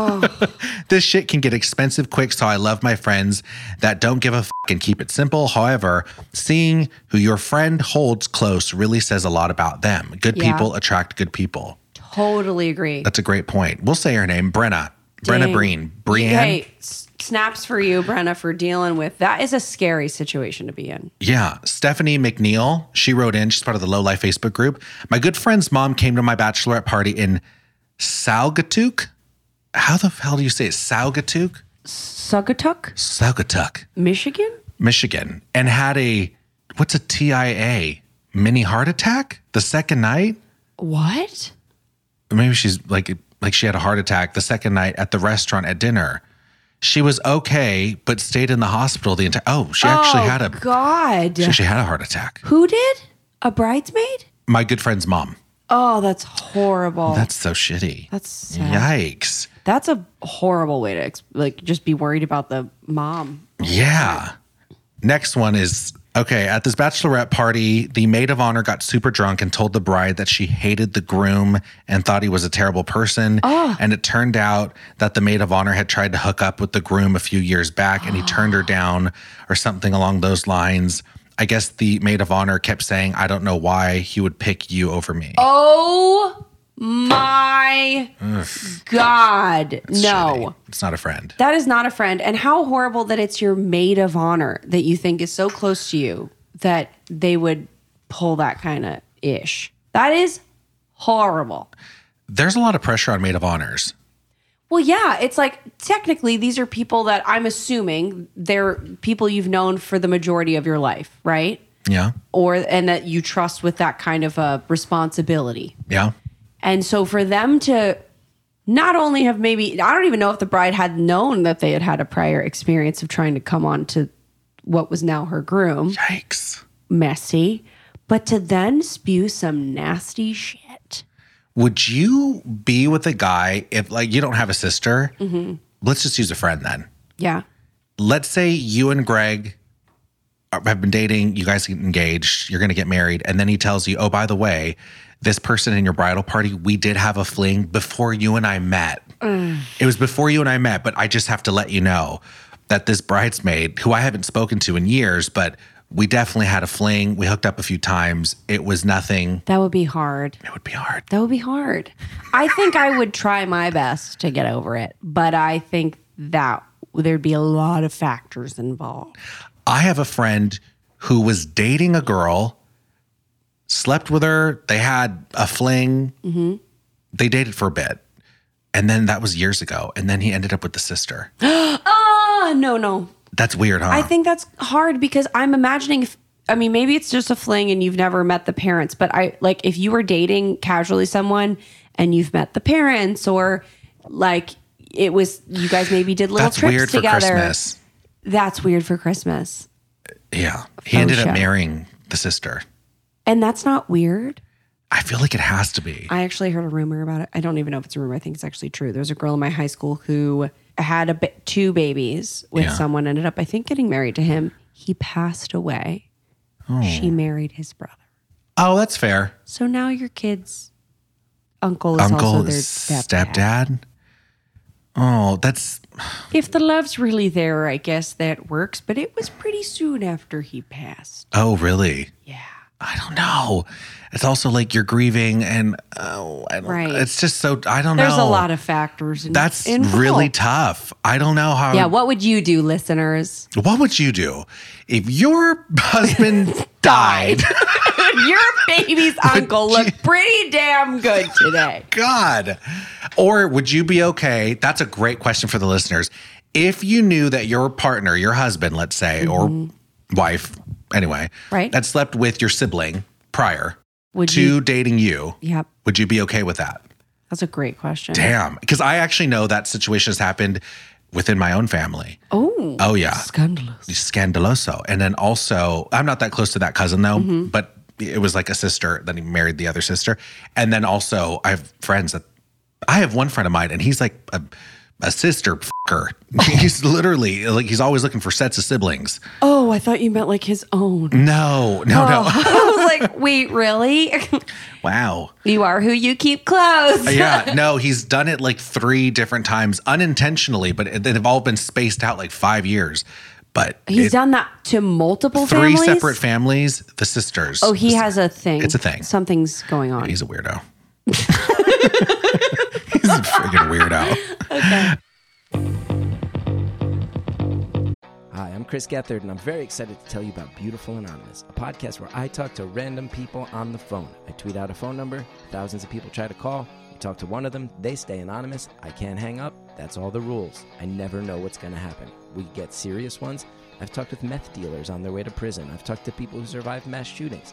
this shit can get expensive quick, so I love my friends that don't give a f- and keep it simple. However, seeing who your friend holds close really says a lot about them. Good Yeah. people attract good people. Totally agree. That's a great point. We'll say her name, Brenna. Brenna Dang. Breen. Brienne. Hey, s- snaps for you, Brenna, for dealing with that. Is a scary situation to be in. Yeah. Stephanie McNeil, she wrote in, she's part of the Low Life Facebook group. My good friend's mom came to my bachelorette party in Saugatuck. How the hell do you say it? Saugatuck? Sugatuck, Saugatuck. Michigan. Michigan and had a what's a TIA mini heart attack the second night. What? Maybe she's like like she had a heart attack the second night at the restaurant at dinner. She was okay, but stayed in the hospital the entire. Oh, she actually had a God. she actually had a heart attack. Who did? A bridesmaid? My good friend's mom. Oh, that's horrible. That's so shitty. That's sad. yikes. That's a horrible way to ex- like just be worried about the mom. Yeah. Next one is okay. At this bachelorette party, the maid of honor got super drunk and told the bride that she hated the groom and thought he was a terrible person. Ah. And it turned out that the maid of honor had tried to hook up with the groom a few years back Ah. and he turned her down or something along those lines. I guess the maid of honor kept saying, I don't know why he would pick you over me. Oh my God. no. It's not a friend. That is not a friend. And how horrible that it's your maid of honor that you think is so close to you that they would pull that kind of ish. That is horrible. There's a lot of pressure on maid of honors. Well, yeah, it's like technically these are people that I'm assuming they're people you've known for the majority of your life, right? Yeah. Or and that you trust with that kind of a responsibility. Yeah. And so for them to not only have maybe, I don't even know if the bride had known that they had had a prior experience of trying to come on to what was now her groom, Yikes. messy, but to then spew some nasty shit. Would you be with a guy if, like, you don't have a sister? Let's just use a friend then. Yeah. Let's say you and Greg are- have been dating, you guys get engaged, you're going to get married. And then he tells you, oh, by the way, this person in your bridal party, we did have a fling before you and I met. It was before you and I met, but I just have to let you know that this bridesmaid, who I haven't spoken to in years, but we definitely had a fling. We hooked up a few times. It was nothing. That would be hard. It would be hard. That would be hard. I think I would try my best to get over it, but I think that there'd be a lot of factors involved. I have a friend who was dating a girl, slept with her, they had a fling, Mm-hmm. they dated for a bit. And then that was years ago. And then he ended up with the sister. Ah, no, no. That's weird, huh? I think that's hard because I'm imagining if I mean maybe it's just a fling and you've never met the parents, but I like if you were dating casually someone and you've met the parents or like it was you guys maybe did little that's trips weird together. for Christmas. That's weird for Christmas. Yeah. He ended sure. up marrying the sister. And that's not weird. I feel like it has to be. I actually heard a rumor about it. I don't even know if it's a rumor. I think it's actually true. There was a girl in my high school who had a ba- two babies with Yeah. someone. Ended up, I think, getting married to him. He passed away. She married his brother. Oh, that's fair. So now your kid's uncle is also Uncle, their is stepdad. stepdad. Oh, that's If the love's really there, I guess that works. But it was pretty soon after he passed. oh, really? Yeah. I don't know. It's also like you're grieving, and oh, I don't, Right. It's just so I don't There's know. a lot of factors. In, That's involved. really tough. I don't know how. yeah. What would you do, listeners? what would you do if your husband died? Your baby's uncle looked pretty damn good today. God. Or would you be okay? That's a great question for the listeners. If you knew that your partner, your husband, let's say, or wife, anyway, Mm-hmm. Right. that slept with your sibling prior Would to you? dating you, Yep. would you be okay with that? That's a great question. Damn. Because I actually know that situation has happened within my own family. Oh, Oh, yeah. scandalous. Scandaloso. And then also, I'm not that close to that cousin though, Mm-hmm. but it was like a sister. Then he married the other sister. And then also, I have friends that I have one friend of mine, and he's like a, a sister fucker. he's literally like, he's always looking for sets of siblings. Oh, I thought you meant like his own. Oh. No, no, no. I was like, wait, really? Oh. wow. you are who you keep close. Yeah, no, he's done it like three different times unintentionally, but it- they've all been spaced out like five years. But He's it- done that to multiple three families? separate families, the sisters. Oh, he has a thing. It's a thing. Something's going on. He's a weirdo. He's a freaking weirdo. Hi, I'm Chris Gethard, and I'm very excited to tell you about Beautiful Anonymous, a podcast where I talk to random people on the phone. I tweet out a phone number, thousands of people try to call. I talk to one of them, they stay anonymous. I can't hang up. That's all the rules. I never know what's going to happen. We get serious ones. I've talked with meth dealers on their way to prison, I've talked to people who survived mass shootings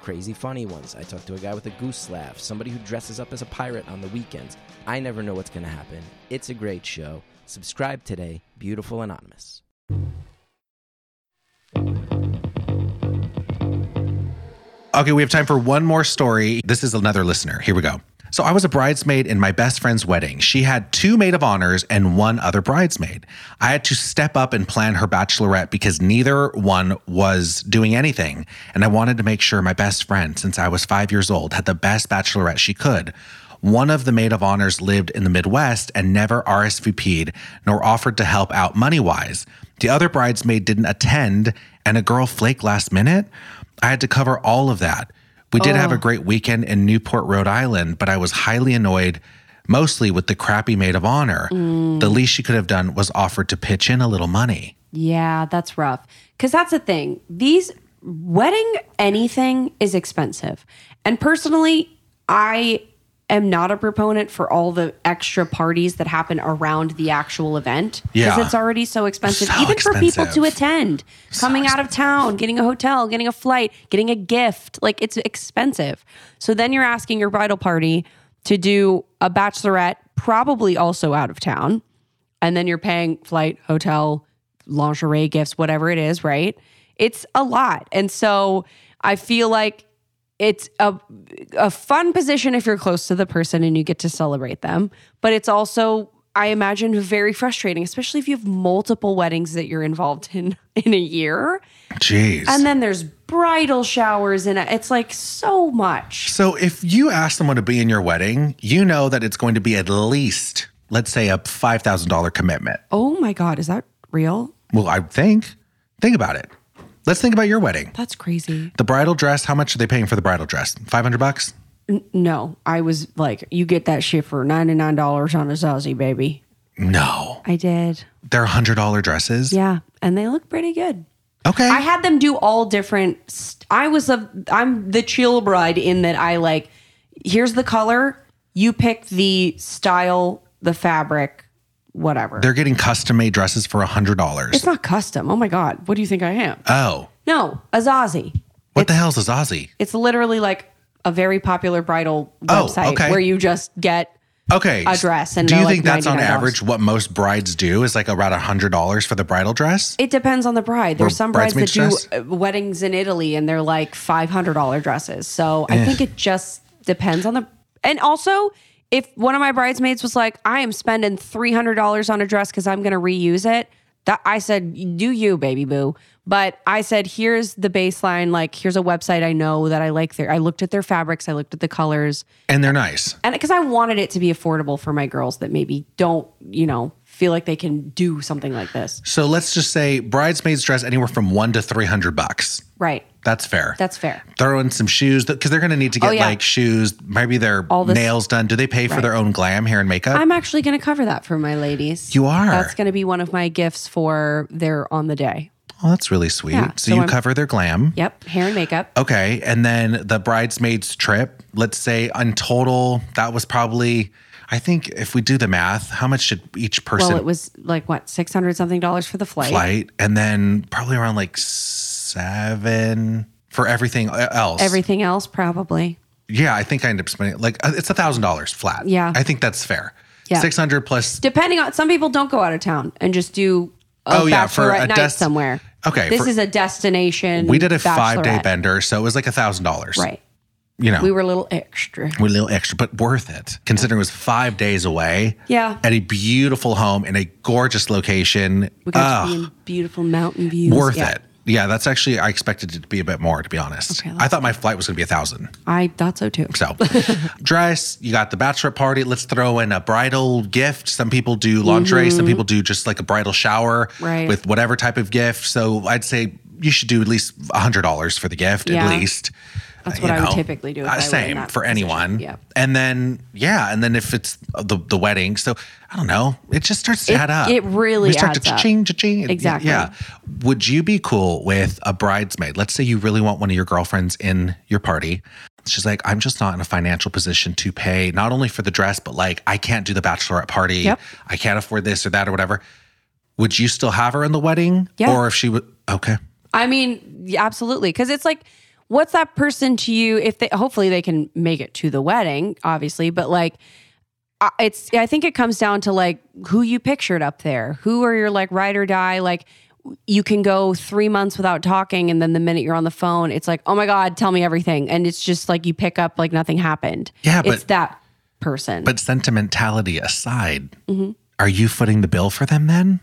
crazy funny ones. I talked to a guy with a goose laugh, somebody who dresses up as a pirate on the weekends. I never know what's going to happen. It's a great show. Subscribe today, Beautiful Anonymous. Okay, we have time for one more story. This is another listener. Here we go. So, I was a bridesmaid in my best friend's wedding. She had two maid of honors and one other bridesmaid. I had to step up and plan her bachelorette because neither one was doing anything. And I wanted to make sure my best friend, since I was five years old, had the best bachelorette she could. One of the maid of honors lived in the Midwest and never RSVP'd nor offered to help out money wise. The other bridesmaid didn't attend and a girl flaked last minute. I had to cover all of that. We did Oh. have a great weekend in Newport, Rhode Island, but I was highly annoyed mostly with the crappy maid of honor. Mm. The least she could have done was offer to pitch in a little money. Yeah, that's rough. Because that's the thing. These wedding anything is expensive. And personally, I am not a proponent for all the extra parties that happen around the actual event. Yeah. Because it's already so expensive, So even for people expensive. to attend, coming out of town, getting a hotel, getting a flight, getting a gift. Like it's expensive. So then you're asking your bridal party to do a bachelorette probably also out of town. And then you're paying flight, hotel, lingerie, gifts, whatever it is, right? It's a lot. And so I feel like it's a a fun position if you're close to the person and you get to celebrate them, but it's also I imagine very frustrating, especially if you have multiple weddings that you're involved in in a year. Jeez. And then there's bridal showers and it's like so much. So if you ask someone to be in your wedding, you know that it's going to be at least, let's say, a five thousand dollar commitment. Oh my god, is that real? Well, I think. Think about it. Let's think about your wedding. That's crazy. The bridal dress. How much are they paying for the bridal dress? Five hundred bucks. No, I was like, you get that shit for ninety nine dollars on a Zazie, baby. No, I did. they're hundred dollar dresses. Yeah, and they look pretty good. Okay. I had them do all different. St- I was a. I'm the chill bride in that I like. Here's the color. You pick the style, the fabric, whatever. they're getting custom made dresses for hundred dollars. it's not custom. Oh my god, what do you think I am? Oh, No, a Zazie. what the hell's a Zazie? It's literally like a very popular bridal Oh, website okay. where you just get. Okay. A dress and do you they're, like, think that's on $99. average what most brides do is like around hundred dollars for the bridal dress? It depends on the bride. There's Or some brides that do bridesmaid's uh weddings in Italy and they're like $500 dresses. So I think it just depends on the. And also, if one of my bridesmaids was like, I am spending $300 on a dress because I'm going to reuse it, that I said, do you, baby boo. But I said, here's the baseline. Like, here's a website I know that I like. Their, I looked at their fabrics, I looked at the colors And they're nice. and because I wanted it to be affordable for my girls that maybe don't, you know, feel like they can do something like this. So let's just say bridesmaids dress anywhere from one to three hundred bucks. Right. That's fair. That's fair. Throw in some shoes because they're going to need to get Oh, yeah. like shoes, maybe their this- nails done. Do they pay for their own glam, hair, and makeup? I'm actually going to cover that for my ladies. You are. That's going to be one of my gifts for their on the day. oh, that's really sweet. Yeah, so, so you I'm- cover their glam. Yep, hair and makeup. Okay. And then the bridesmaids trip, let's say in total, that was probably, I think if we do the math, how much should each person well, it was like what six hundred something dollars for the flight. flight? And then probably around like seven for everything e-, else. Everything else probably. Yeah, I think I end up spending like uh, it's a thousand dollars flat. Yeah. I think that's fair. Yeah. Six hundred plus. Depending on some people don't go out of town and just do a Oh, yeah, for bachelorette a night des- somewhere. Okay, This for- is a destination. We did a five day bachelorette. bender, so it was like a thousand dollars. Right. You know, We were a little extra. we're a little extra, but worth it considering it was five days away. Yeah. At a beautiful home in a gorgeous location. We Ugh, got to be in beautiful mountain views. Ah. worth Yeah. it. Yeah, that's actually I expected it to be a bit more, to be honest. Okay, I thought my flight was going to be a thousand. I thought so too. So, dress, you got the bachelor party. Let's throw in a bridal gift. Some people do lingerie, some people do just like a bridal shower Mm-hmm. Right. with whatever type of gift. So, I'd say you should do at least $100 for the gift, Yeah. at least. That's Uh, what you I would know. typically do. if Uh, I were in same that for position. anyone. Yeah. And then, yeah. And then if it's the, the wedding, so I don't know, it just starts to It- add up. it really we start adds to up. ching, ching. Exactly. Yeah. Would you be cool with a bridesmaid? Let's say you really want one of your girlfriends in your party. She's like, I'm just not in a financial position to pay not only for the dress, but like, I can't do the bachelorette party. Yep. I can't afford this or that or whatever. Would you still have her in the wedding? Yeah. Or if she would, okay. I mean, yeah, absolutely. Because it's like, what's that person to you? If they hopefully they can make it to the wedding, obviously, but like, I- it's I think it comes down to like who you pictured up there. Who are your like ride or die? Like you can go three months without talking, and then the minute you're on the phone, it's like, oh my god, tell me everything, and it's just like you pick up like nothing happened. Yeah, it's but- that person. But sentimentality aside, Mm-hmm. are you footing the bill for them then?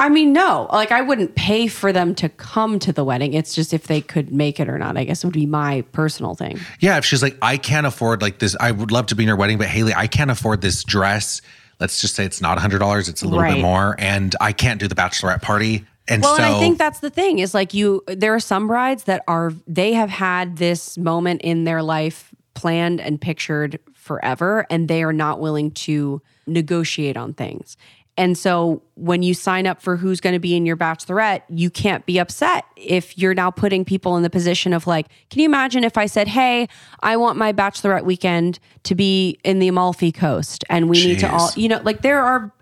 I mean, no. Like, I wouldn't pay for them to come to the wedding. It's just if they could make it or not. I guess would be my personal thing. Yeah, if she's like, I can't afford like this, I would love to be in your wedding, but Haley, I can't afford this dress. Let's just say it's not hundred dollars; it's a little Right. bit more, and I can't do the bachelorette party. And Well, so, and I think that's the thing is like you. There are some brides that are they have had this moment in their life planned and pictured forever, and they are not willing to negotiate on things. And so, when you sign up for who's going to be in your bachelorette, you can't be upset if you're now putting people in the position of like, can you imagine if I said, "Hey, I want my bachelorette weekend to be in the Amalfi Coast, and we need to all," Jeez. you know, like there are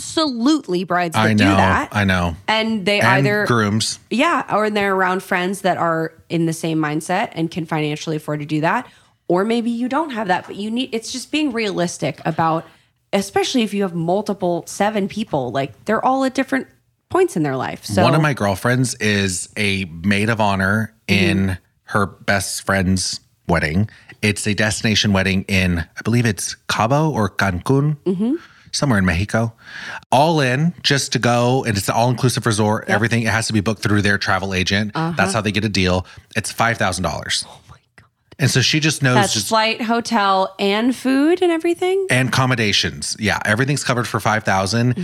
absolutely brides that I do know, that I know, and they and either grooms. yeah or they're around friends that are in the same mindset and can financially afford to do that or maybe you don't have that but you need it's just being realistic about especially if you have multiple seven people, like they're all at different points in their life. So One of my girlfriends is a maid of honor in her best friend's wedding. It's a destination wedding in, I believe it's Cabo or Cancun, somewhere in Mexico. All in just to go, and it's an all inclusive resort. Everything it has to be booked through their travel agent. That's how they get a deal. It's five thousand dollars. Oh my god! And so she just knows that's just flight, hotel, and food and everything. and accommodations. Yeah, everything's covered for five thousand,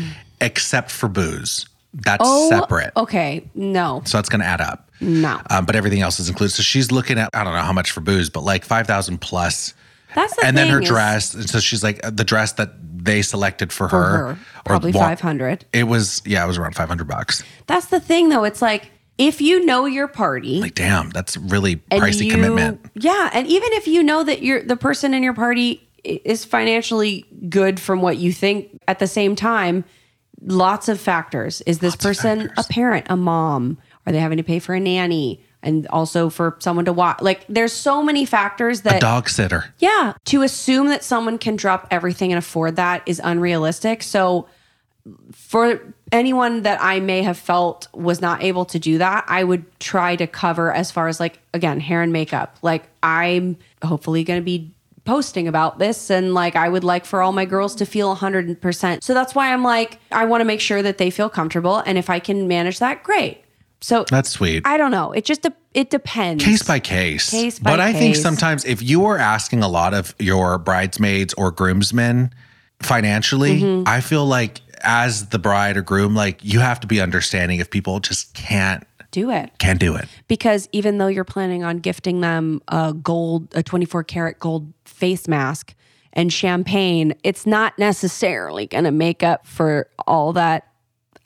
except for booze. That's separate. Oh, Okay, no, So that's going to add up. no, um, but everything else is included. So she's looking at I don't know how much for booze, but like five thousand plus. that's the and then her thing is dress, and so she's like uh, the dress that they selected for, for her probably wa- five hundred. It was yeah, it was around five hundred bucks. That's the thing, though. It's like if you know your party, Like damn, that's really and pricey you- commitment. Yeah, and even if you know that you're the person in your party i- is financially good from what you think, at the same time, lots of factors. Is this person a parent, a mom? Are they having to pay for a nanny and also for someone to watch? Like, there's so many factors that. Dog sitter. Yeah. To assume that someone can drop everything and afford that is unrealistic. So, for anyone that I may have felt was not able to do that, I would try to cover as far as like, again, hair and makeup. Like, I'm hopefully going to be posting about this and like I would like for all my girls to feel 100%. So that's why I'm like I want to make sure that they feel comfortable and if I can manage that, great. So That's sweet. I don't know. It just de- it depends. Uh, case by case. Case by but I think case. sometimes if you are asking a lot of your bridesmaids or groomsmen financially, Mm-hmm. I feel like as the bride or groom, like you have to be understanding if people just can't do it. can't do it. because even though you're planning on gifting them a gold a 24 karat gold face mask and champagne it's not necessarily going to make up for all that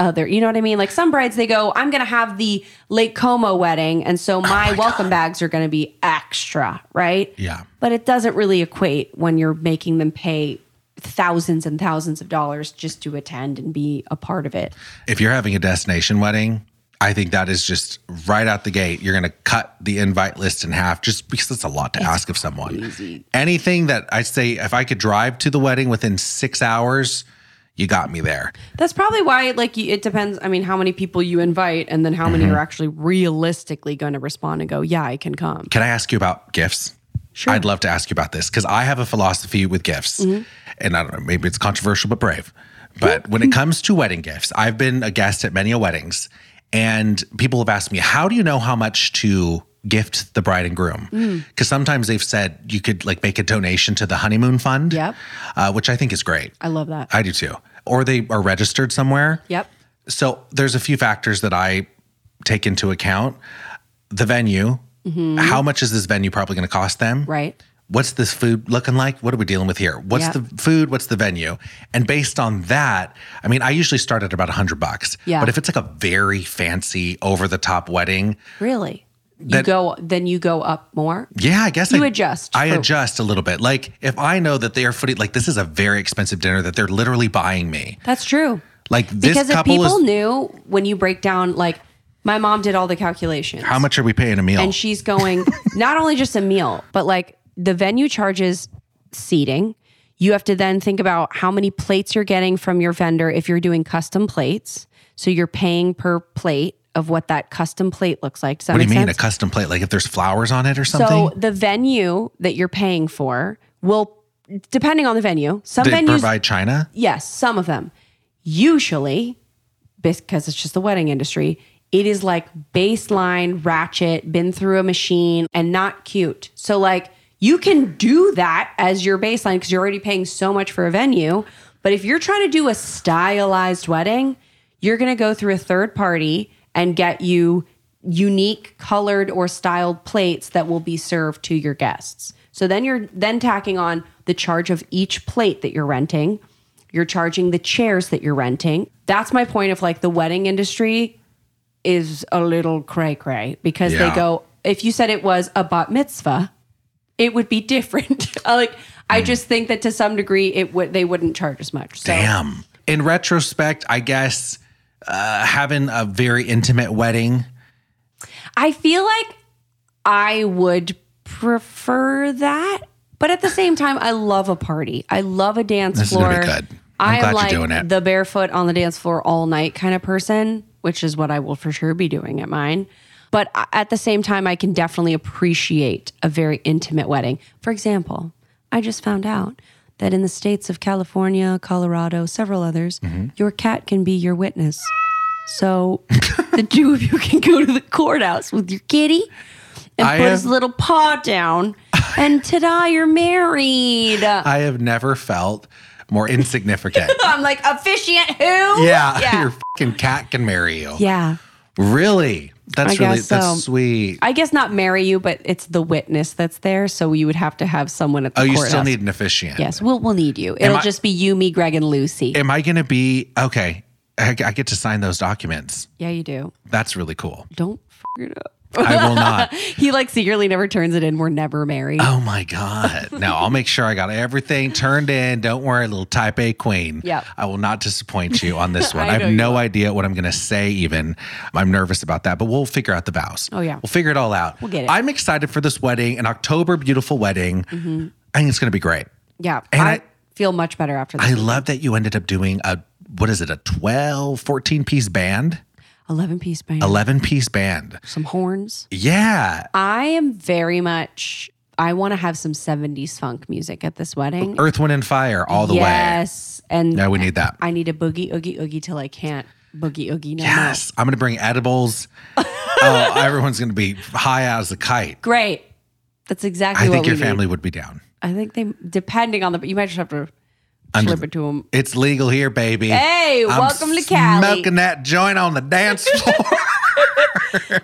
other you know what i mean like some brides they go i'm going to have the lake como wedding and so my, welcome bags are going to be extra right Yeah. but it doesn't really equate when you're making them pay thousands and thousands of dollars just to attend and be a part of it If you're having a destination wedding, I think that is just right out the gate. You're going to cut the invite list in half just because it's a lot to ask of someone. Anything that I say, if I could drive to the wedding within six hours, you got me there. That's probably why, like, you- it depends. I mean, how many people you invite, and then how many Mm-hmm. are actually realistically going to respond and go, "Yeah, I can come." Can I ask you about gifts? Sure. Mm-hmm. I'd love to ask you about this because I have a philosophy with gifts. And I don't know, maybe it's controversial, but brave. But when Mm-hmm. it comes to wedding gifts, I've been a guest at many a weddings, and people have asked me, How do you know how much to gift the bride and groom? Mm. Because sometimes they've said you could like make a donation to the honeymoon fund, Yep. uh, which I think is great. I love that. I do too. Or they are registered somewhere. Yep. So there's a few factors that I take into account. The venue, how much is this venue probably going to cost them? Mm-hmm. Right. What's this food looking like? What are we dealing with here? What's Yep. the food? What's the venue? And based on that, I mean, I usually start at about 100 bucks. Yeah. But if it's like a very fancy over the top wedding, Really. you That- go, then you go up more. yeah, I guess You I, adjust I for- adjust a little bit. Like if I know that they are footing, like this is a very expensive dinner that they're literally buying me. That's true. Like this Because if couple people is knew when you break down, like, my mom did all the calculations. how much are we paying a meal? and she's going not only just a meal, but like the venue charges seating. You have to then think about how many plates you're getting from your vendor if you're doing custom plates. So you're paying per plate of what that custom plate looks like. Does that What do make you mean sense? a custom plate? Like if there's flowers on it or something? So the venue that you're paying for will, depending on the venue, some they venues provide China? Yes, some of them. Usually, because it's just the wedding industry, it is like baseline ratchet, been through a machine, and not cute. So, like, you can do that as your baseline because you're already paying so much for a venue. But if you're trying to do a stylized wedding, you're going to go through a third party and get you unique colored or styled plates that will be served to your guests. So then you're then tacking on the charge of each plate that you're renting. You're charging the chairs that you're renting. That's my point of like the wedding industry is a little cray cray because Yeah. they go, if you said it was a bat mitzvah, it would be different. like, I just think that to some degree, it would they wouldn't charge as much. So. Mm. Damn. In retrospect, I guess uh, having a very intimate wedding. I feel like I would prefer that But at the same time, I love a party. I love a dance This is floor. gonna be good. I'm I glad you're like doing it. the barefoot on the dance floor all night kind of person, which is what I will for sure be doing at mine. But I- at the same time, I can definitely appreciate a very intimate wedding. For example, I just found out that in the states of California, Colorado, several others, Mm-hmm. your cat can be your witness. So the two of you can go to the courthouse with your kitty and I put have- his little paw down, and ta-da, you're married. I have never felt more insignificant. I'm like officiant who? yeah, yeah. your fucking cat can marry you. Yeah. Really? That's I really guess so. that's sweet. I guess not marry you, but it's the witness that's there. So you would have to have someone at the oh, you courthouse. still need an officiant. Yes, we'll we'll need you. It'll I- just be you, me, Greg, and Lucy. Am I going to be okay? I, I get to sign those documents. yeah, you do. That's really cool. Don't f- it up. I will not. He like secretly never turns it in. We're never married. Oh my God. No, I'll make sure I got everything turned in. Don't worry, little type A queen. Yep. I will not disappoint you on this one. I, know have you no idea what I'm going to say, even. I'm nervous about that, but we'll figure out the vows. Oh, yeah. We'll figure it all out. We'll get it. I'm excited for this wedding, an October beautiful wedding. Mm-hmm. I think it's going to be great. yeah, And I, I- feel much better after I that. love that you ended up doing a, what is it, a 12, 14 piece band? Eleven piece band, 11 piece band. some horns. Yeah. I am very much. I want to have some '70s funk music at this wedding. Earth, wind, and fire all the way. yes, and No, we need that. I need a boogie oogie oogie till I can't boogie oogie no more. Yes, I'm gonna bring edibles. oh, everyone's gonna be high as a kite. Great. That's exactly I what think we your need. family would be down. I think they, depending on the, you might just have to flip it to them. It's legal here, baby. Hey, I'm welcome to Cali. Smoking that joint on the dance floor.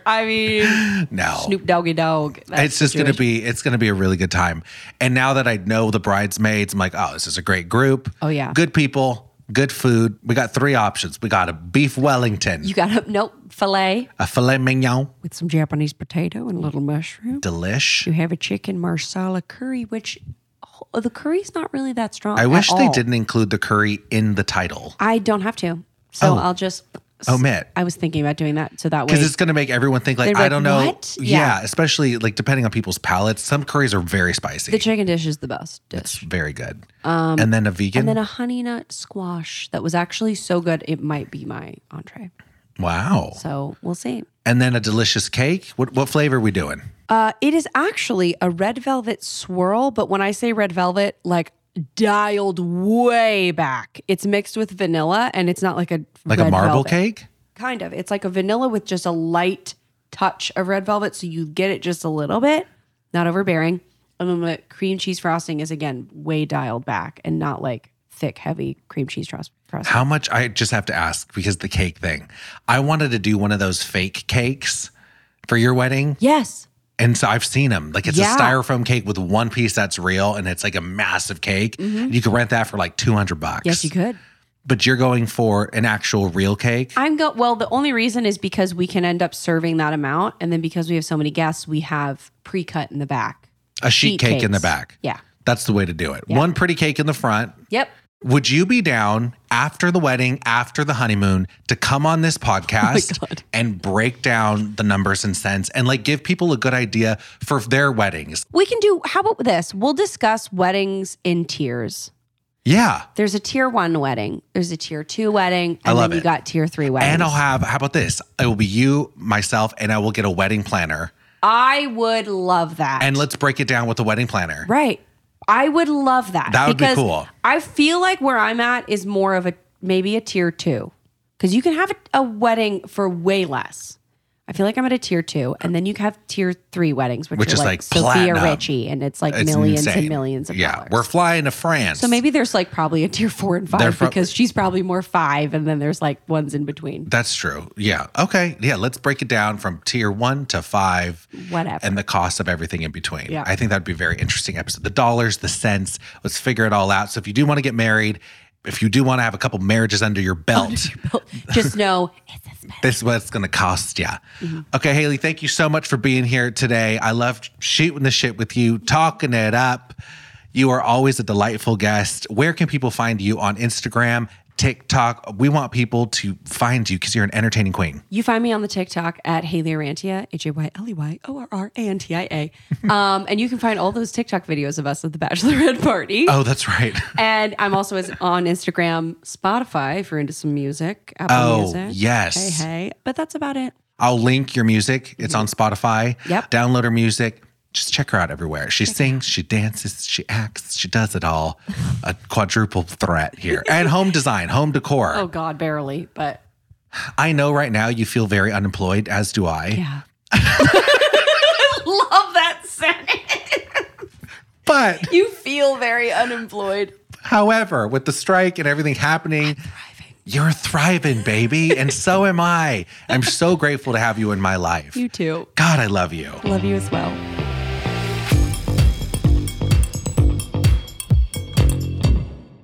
I mean, no, Snoop Doggy Dog. That's it's just gonna Jewish. be it's gonna be a really good time. And now that I know the bridesmaids, I'm like, oh, this is a great group. Oh, yeah. good people, good food. We got three options. We got a beef Wellington, You got a, nope, filet a filet mignon, with some Japanese potato and a little mushroom. delish. You have a chicken marsala curry, which oh, the curry's not really that strong. I at wish they all. didn't include the curry in the title. I don't have to. So Oh. I'll just, Omit. I was thinking about doing that. So that way. because it's going to make everyone think like They're I like, don't know. "What?" Yeah. Yeah. especially like depending on people's palates. Some curries are very spicy. the chicken dish is the best dish. it's very good. and then a vegan. and then a honey nut squash that was actually so good it might be my entree. wow. So we'll see. And then a delicious cake. What what flavor are we doing? Uh, it is actually a red velvet swirl, but when I say red velvet, like dialed way back. It's mixed with vanilla, and it's not like a Like a red marble velvet. cake? Kind of. It's like a vanilla with just a light touch of red velvet, so you get it just a little bit, not overbearing. And then the cream cheese frosting is again way dialed back and not like thick, heavy cream cheese frost- frosting. How much I just have to ask because the cake thing. I wanted to do one of those fake cakes for your wedding. Yes. And so I've seen them. Like it's Yeah. a styrofoam cake with one piece that's real and it's like a massive cake. You can rent that for like 200 bucks. Mm-hmm. Yes, you could. But you're going for an actual real cake. I'm go well, the only reason is because we can end up serving that amount. And then because we have so many guests, we have pre cut in the back. a sheet Sheet cake in the cakes. back. Yeah. That's the way to do it. One pretty cake in the front. Yep. Would you be down after the wedding, after the honeymoon, to come on this podcast Oh God. and break down the numbers and cents and like give people a good idea for their weddings? We can do how about this? We'll discuss weddings in tiers. Yeah. There's a tier one wedding, there's a tier two wedding, and love then you it. got tier three weddings. And I'll have, how about this? It will be you, myself, and I will get a wedding planner. I would love that. And let's break it down with the wedding planner. Right. I would love that. That would be because cool. I feel like where I'm at is more of a maybe a tier two. Because you can have a, a wedding for way less. I feel like I'm at a tier two, and then you have tier three weddings, which, Which are is like like, Sophia platinum. Richie, and it's like It's millions insane. and millions of yeah, dollars. we're flying to France. so maybe there's like probably a tier four and They're five prob- because she's probably more five, and then there's like ones in between. That's true. Yeah. Okay. Yeah. Let's break it down from tier one to five. Whatever. And the cost of everything in between. Yeah. I think that'd be a very interesting episode. The dollars, the cents. Let's figure it all out. So if you do want to get married, if you do want to have a couple marriages under your belt, Just know this is what it's going to cost you. Okay, Haley, thank you so much for being here today. I loved shooting the shit with you, talking it up. You are always a delightful guest. Where can people find you on Instagram TikTok. We want people to find you because you're an entertaining queen. You find me on the TikTok at Haley Arantia, H A Y L E Y O R R A N T I A. Um, and you can find all those TikTok videos of us at the Bachelorette Party. Oh, that's right. And I'm also as- on Instagram, Spotify, if you're into some music, Apple Oh, Music. yes. Hey, hey. But that's about it. I'll link your music. It's on Spotify. Mm-hmm. Yep. Download her music. Just check her out everywhere. She sings, she dances, she acts, she does it all. A quadruple threat here. And home design, home decor. Oh, God, barely. But I know right now you feel very unemployed, as do I. yeah. Love that sentence. But You feel very unemployed. However, with the strike and everything happening, you're thriving, baby. and so am I. I'm so grateful to have you in my life. You too. God, I love you. Love you as well.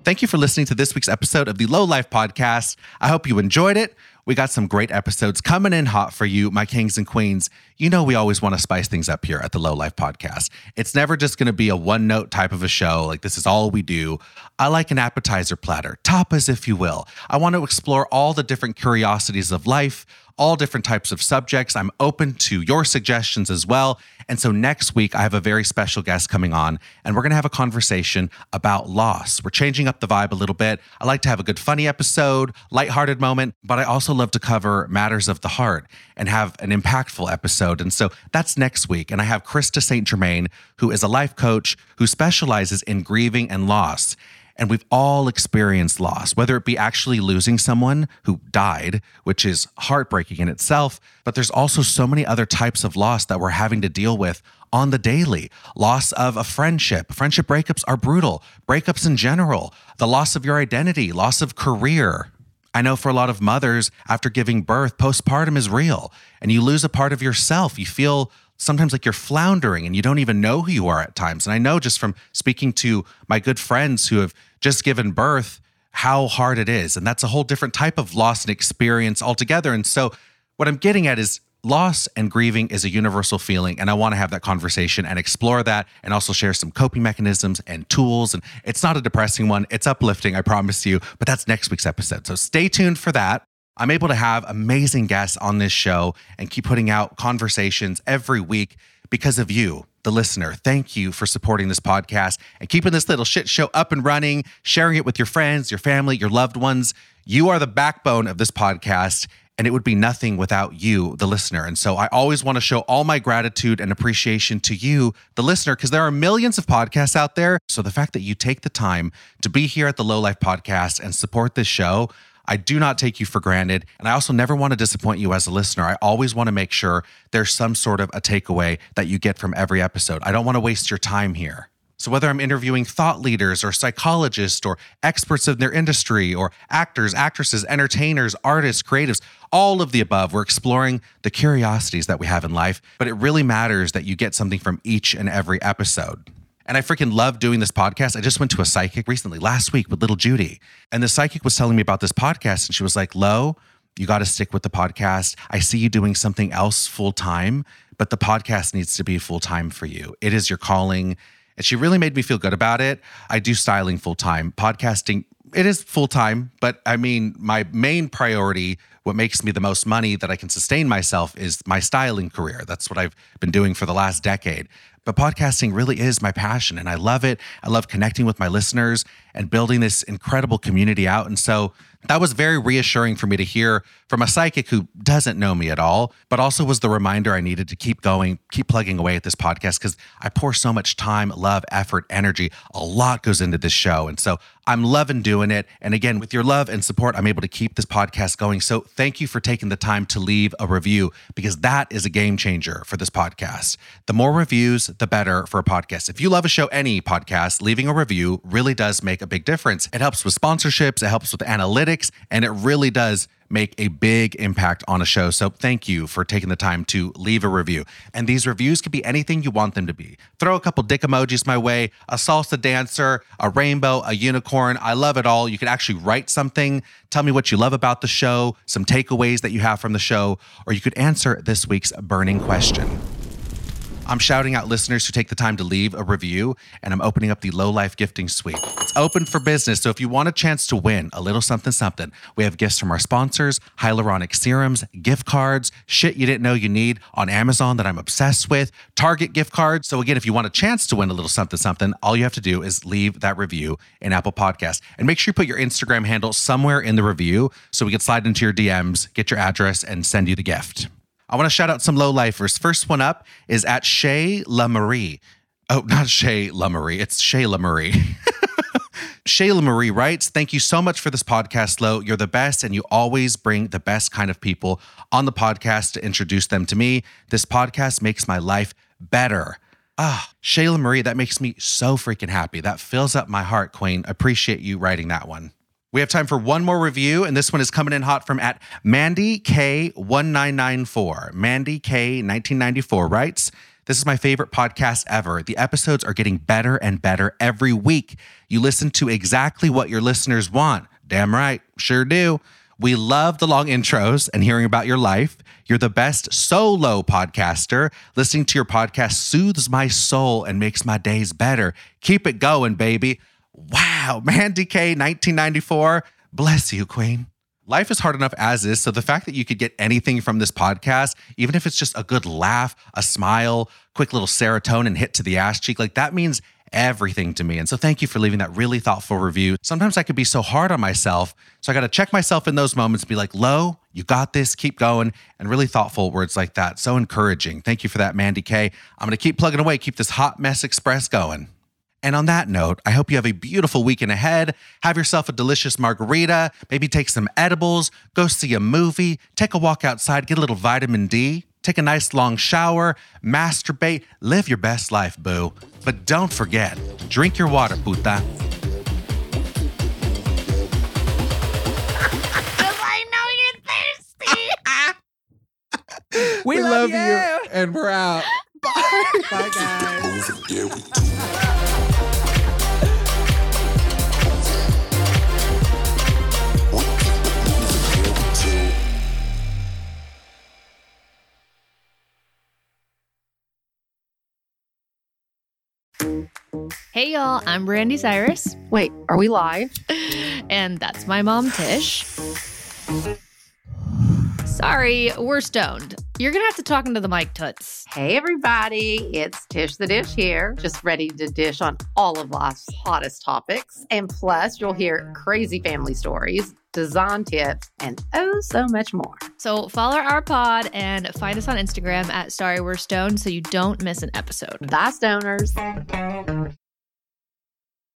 Thank you for listening to this week's episode of the Low Life Podcast. I hope you enjoyed it. We got some great episodes coming in hot for you, my kings and queens. You know, we always want to spice things up here at the Low Life Podcast. It's never just going to be a one note type of a show. Like, this is all we do. I like an appetizer platter, tapas, if you will. I want to explore all the different curiosities of life, all different types of subjects. I'm open to your suggestions as well. And so next week, I have a very special guest coming on, and we're going to have a conversation about loss. We're changing up the vibe a little bit. I like to have a good, funny episode, lighthearted moment, but I also love to cover matters of the heart and have an impactful episode. And so that's next week. And I have Krista St. Germain, who is a life coach who specializes in grieving and loss. And we've all experienced loss, whether it be actually losing someone who died, which is heartbreaking in itself, but there's also so many other types of loss that we're having to deal with on the daily. Loss of a friendship. Friendship breakups are brutal, breakups in general, the loss of your identity, loss of career. I know for a lot of mothers, after giving birth, postpartum is real, and you lose a part of yourself. You feel sometimes like you're floundering and you don't even know who you are at times. And I know just from speaking to my good friends who have just given birth how hard it is. And that's a whole different type of loss and experience altogether. And so, what I'm getting at is loss and grieving is a universal feeling. And I want to have that conversation and explore that and also share some coping mechanisms and tools. And it's not a depressing one, it's uplifting, I promise you. But that's next week's episode. So, stay tuned for that. I'm able to have amazing guests on this show and keep putting out conversations every week because of you, the listener. Thank you for supporting this podcast and keeping this little shit show up and running, sharing it with your friends, your family, your loved ones. You are the backbone of this podcast, and it would be nothing without you, the listener. And so I always want to show all my gratitude and appreciation to you, the listener, because there are millions of podcasts out there. So the fact that you take the time to be here at the Low Life Podcast and support this show. I do not take you for granted. And I also never want to disappoint you as a listener. I always want to make sure there's some sort of a takeaway that you get from every episode. I don't want to waste your time here. So, whether I'm interviewing thought leaders or psychologists or experts in their industry or actors, actresses, entertainers, artists, creatives, all of the above, we're exploring the curiosities that we have in life. But it really matters that you get something from each and every episode. And I freaking love doing this podcast. I just went to a psychic recently, last week with little Judy. And the psychic was telling me about this podcast. And she was like, Lo, you got to stick with the podcast. I see you doing something else full time, but the podcast needs to be full time for you. It is your calling. And she really made me feel good about it. I do styling full time, podcasting it is full time, but I mean, my main priority, what makes me the most money that I can sustain myself is my styling career. That's what I've been doing for the last decade. But podcasting really is my passion and I love it. I love connecting with my listeners and building this incredible community out. And so that was very reassuring for me to hear from a psychic who doesn't know me at all, but also was the reminder I needed to keep going, keep plugging away at this podcast because I pour so much time, love, effort, energy. A lot goes into this show. And so I'm loving doing it. And again, with your love and support, I'm able to keep this podcast going. So thank you for taking the time to leave a review because that is a game changer for this podcast. The more reviews, the better for a podcast. If you love a show, any podcast, leaving a review really does make a big difference. It helps with sponsorships, it helps with analytics, and it really does make a big impact on a show. So thank you for taking the time to leave a review. And these reviews could be anything you want them to be. Throw a couple dick emojis my way, a salsa dancer, a rainbow, a unicorn. I love it all. You could actually write something, tell me what you love about the show, some takeaways that you have from the show, or you could answer this week's burning question. I'm shouting out listeners who take the time to leave a review, and I'm opening up the Low Life Gifting Suite. It's open for business, so if you want a chance to win a little something something, we have gifts from our sponsors, hyaluronic serums, gift cards, shit you didn't know you need on Amazon that I'm obsessed with, Target gift cards. So again, if you want a chance to win a little something something, all you have to do is leave that review in Apple Podcast, and make sure you put your Instagram handle somewhere in the review so we can slide into your DMs, get your address, and send you the gift. I want to shout out some low lifers. First one up is at Shay LaMarie. Oh, not Shay LaMarie. It's Shay LaMarie. Shayla Marie writes, Thank you so much for this podcast, Lo. You're the best, and you always bring the best kind of people on the podcast to introduce them to me. This podcast makes my life better. Ah, Shayla Marie, that makes me so freaking happy. That fills up my heart, Queen. Appreciate you writing that one. We have time for one more review, and this one is coming in hot from at Mandy K1994. Mandy K1994 writes, This is my favorite podcast ever. The episodes are getting better and better every week. You listen to exactly what your listeners want. Damn right, sure do. We love the long intros and hearing about your life. You're the best solo podcaster. Listening to your podcast soothes my soul and makes my days better. Keep it going, baby. Wow, Mandy K, 1994. Bless you, Queen. Life is hard enough as is. So the fact that you could get anything from this podcast, even if it's just a good laugh, a smile, quick little serotonin hit to the ass cheek, like that means everything to me. And so thank you for leaving that really thoughtful review. Sometimes I could be so hard on myself. So I got to check myself in those moments, be like, Lo, you got this, keep going. And really thoughtful words like that. So encouraging. Thank you for that, Mandy K. I'm going to keep plugging away, keep this hot mess express going. And on that note, I hope you have a beautiful weekend ahead. Have yourself a delicious margarita, maybe take some edibles, go see a movie, take a walk outside, get a little vitamin D, take a nice long shower, masturbate, live your best life, boo. But don't forget, drink your water, puta. We, love, you. and we're out. Bye, guys. Moving, yeah, we do. We keep it moving, yeah, we do. Hey y'all, I'm Brandy Cyrus, Wait, are we live? and that's my mom, Tish. Sorry, we're stoned. You're gonna have to talk into the mic, Toots. Hey, everybody. It's Tish the Dish here, just ready to dish on all of life's hottest topics. And plus, you'll hear crazy family stories, design tips, and oh, so much more. So follow our pod and find us on Instagram at Sorry We're Stoned so you don't miss an episode. Bye, stoners.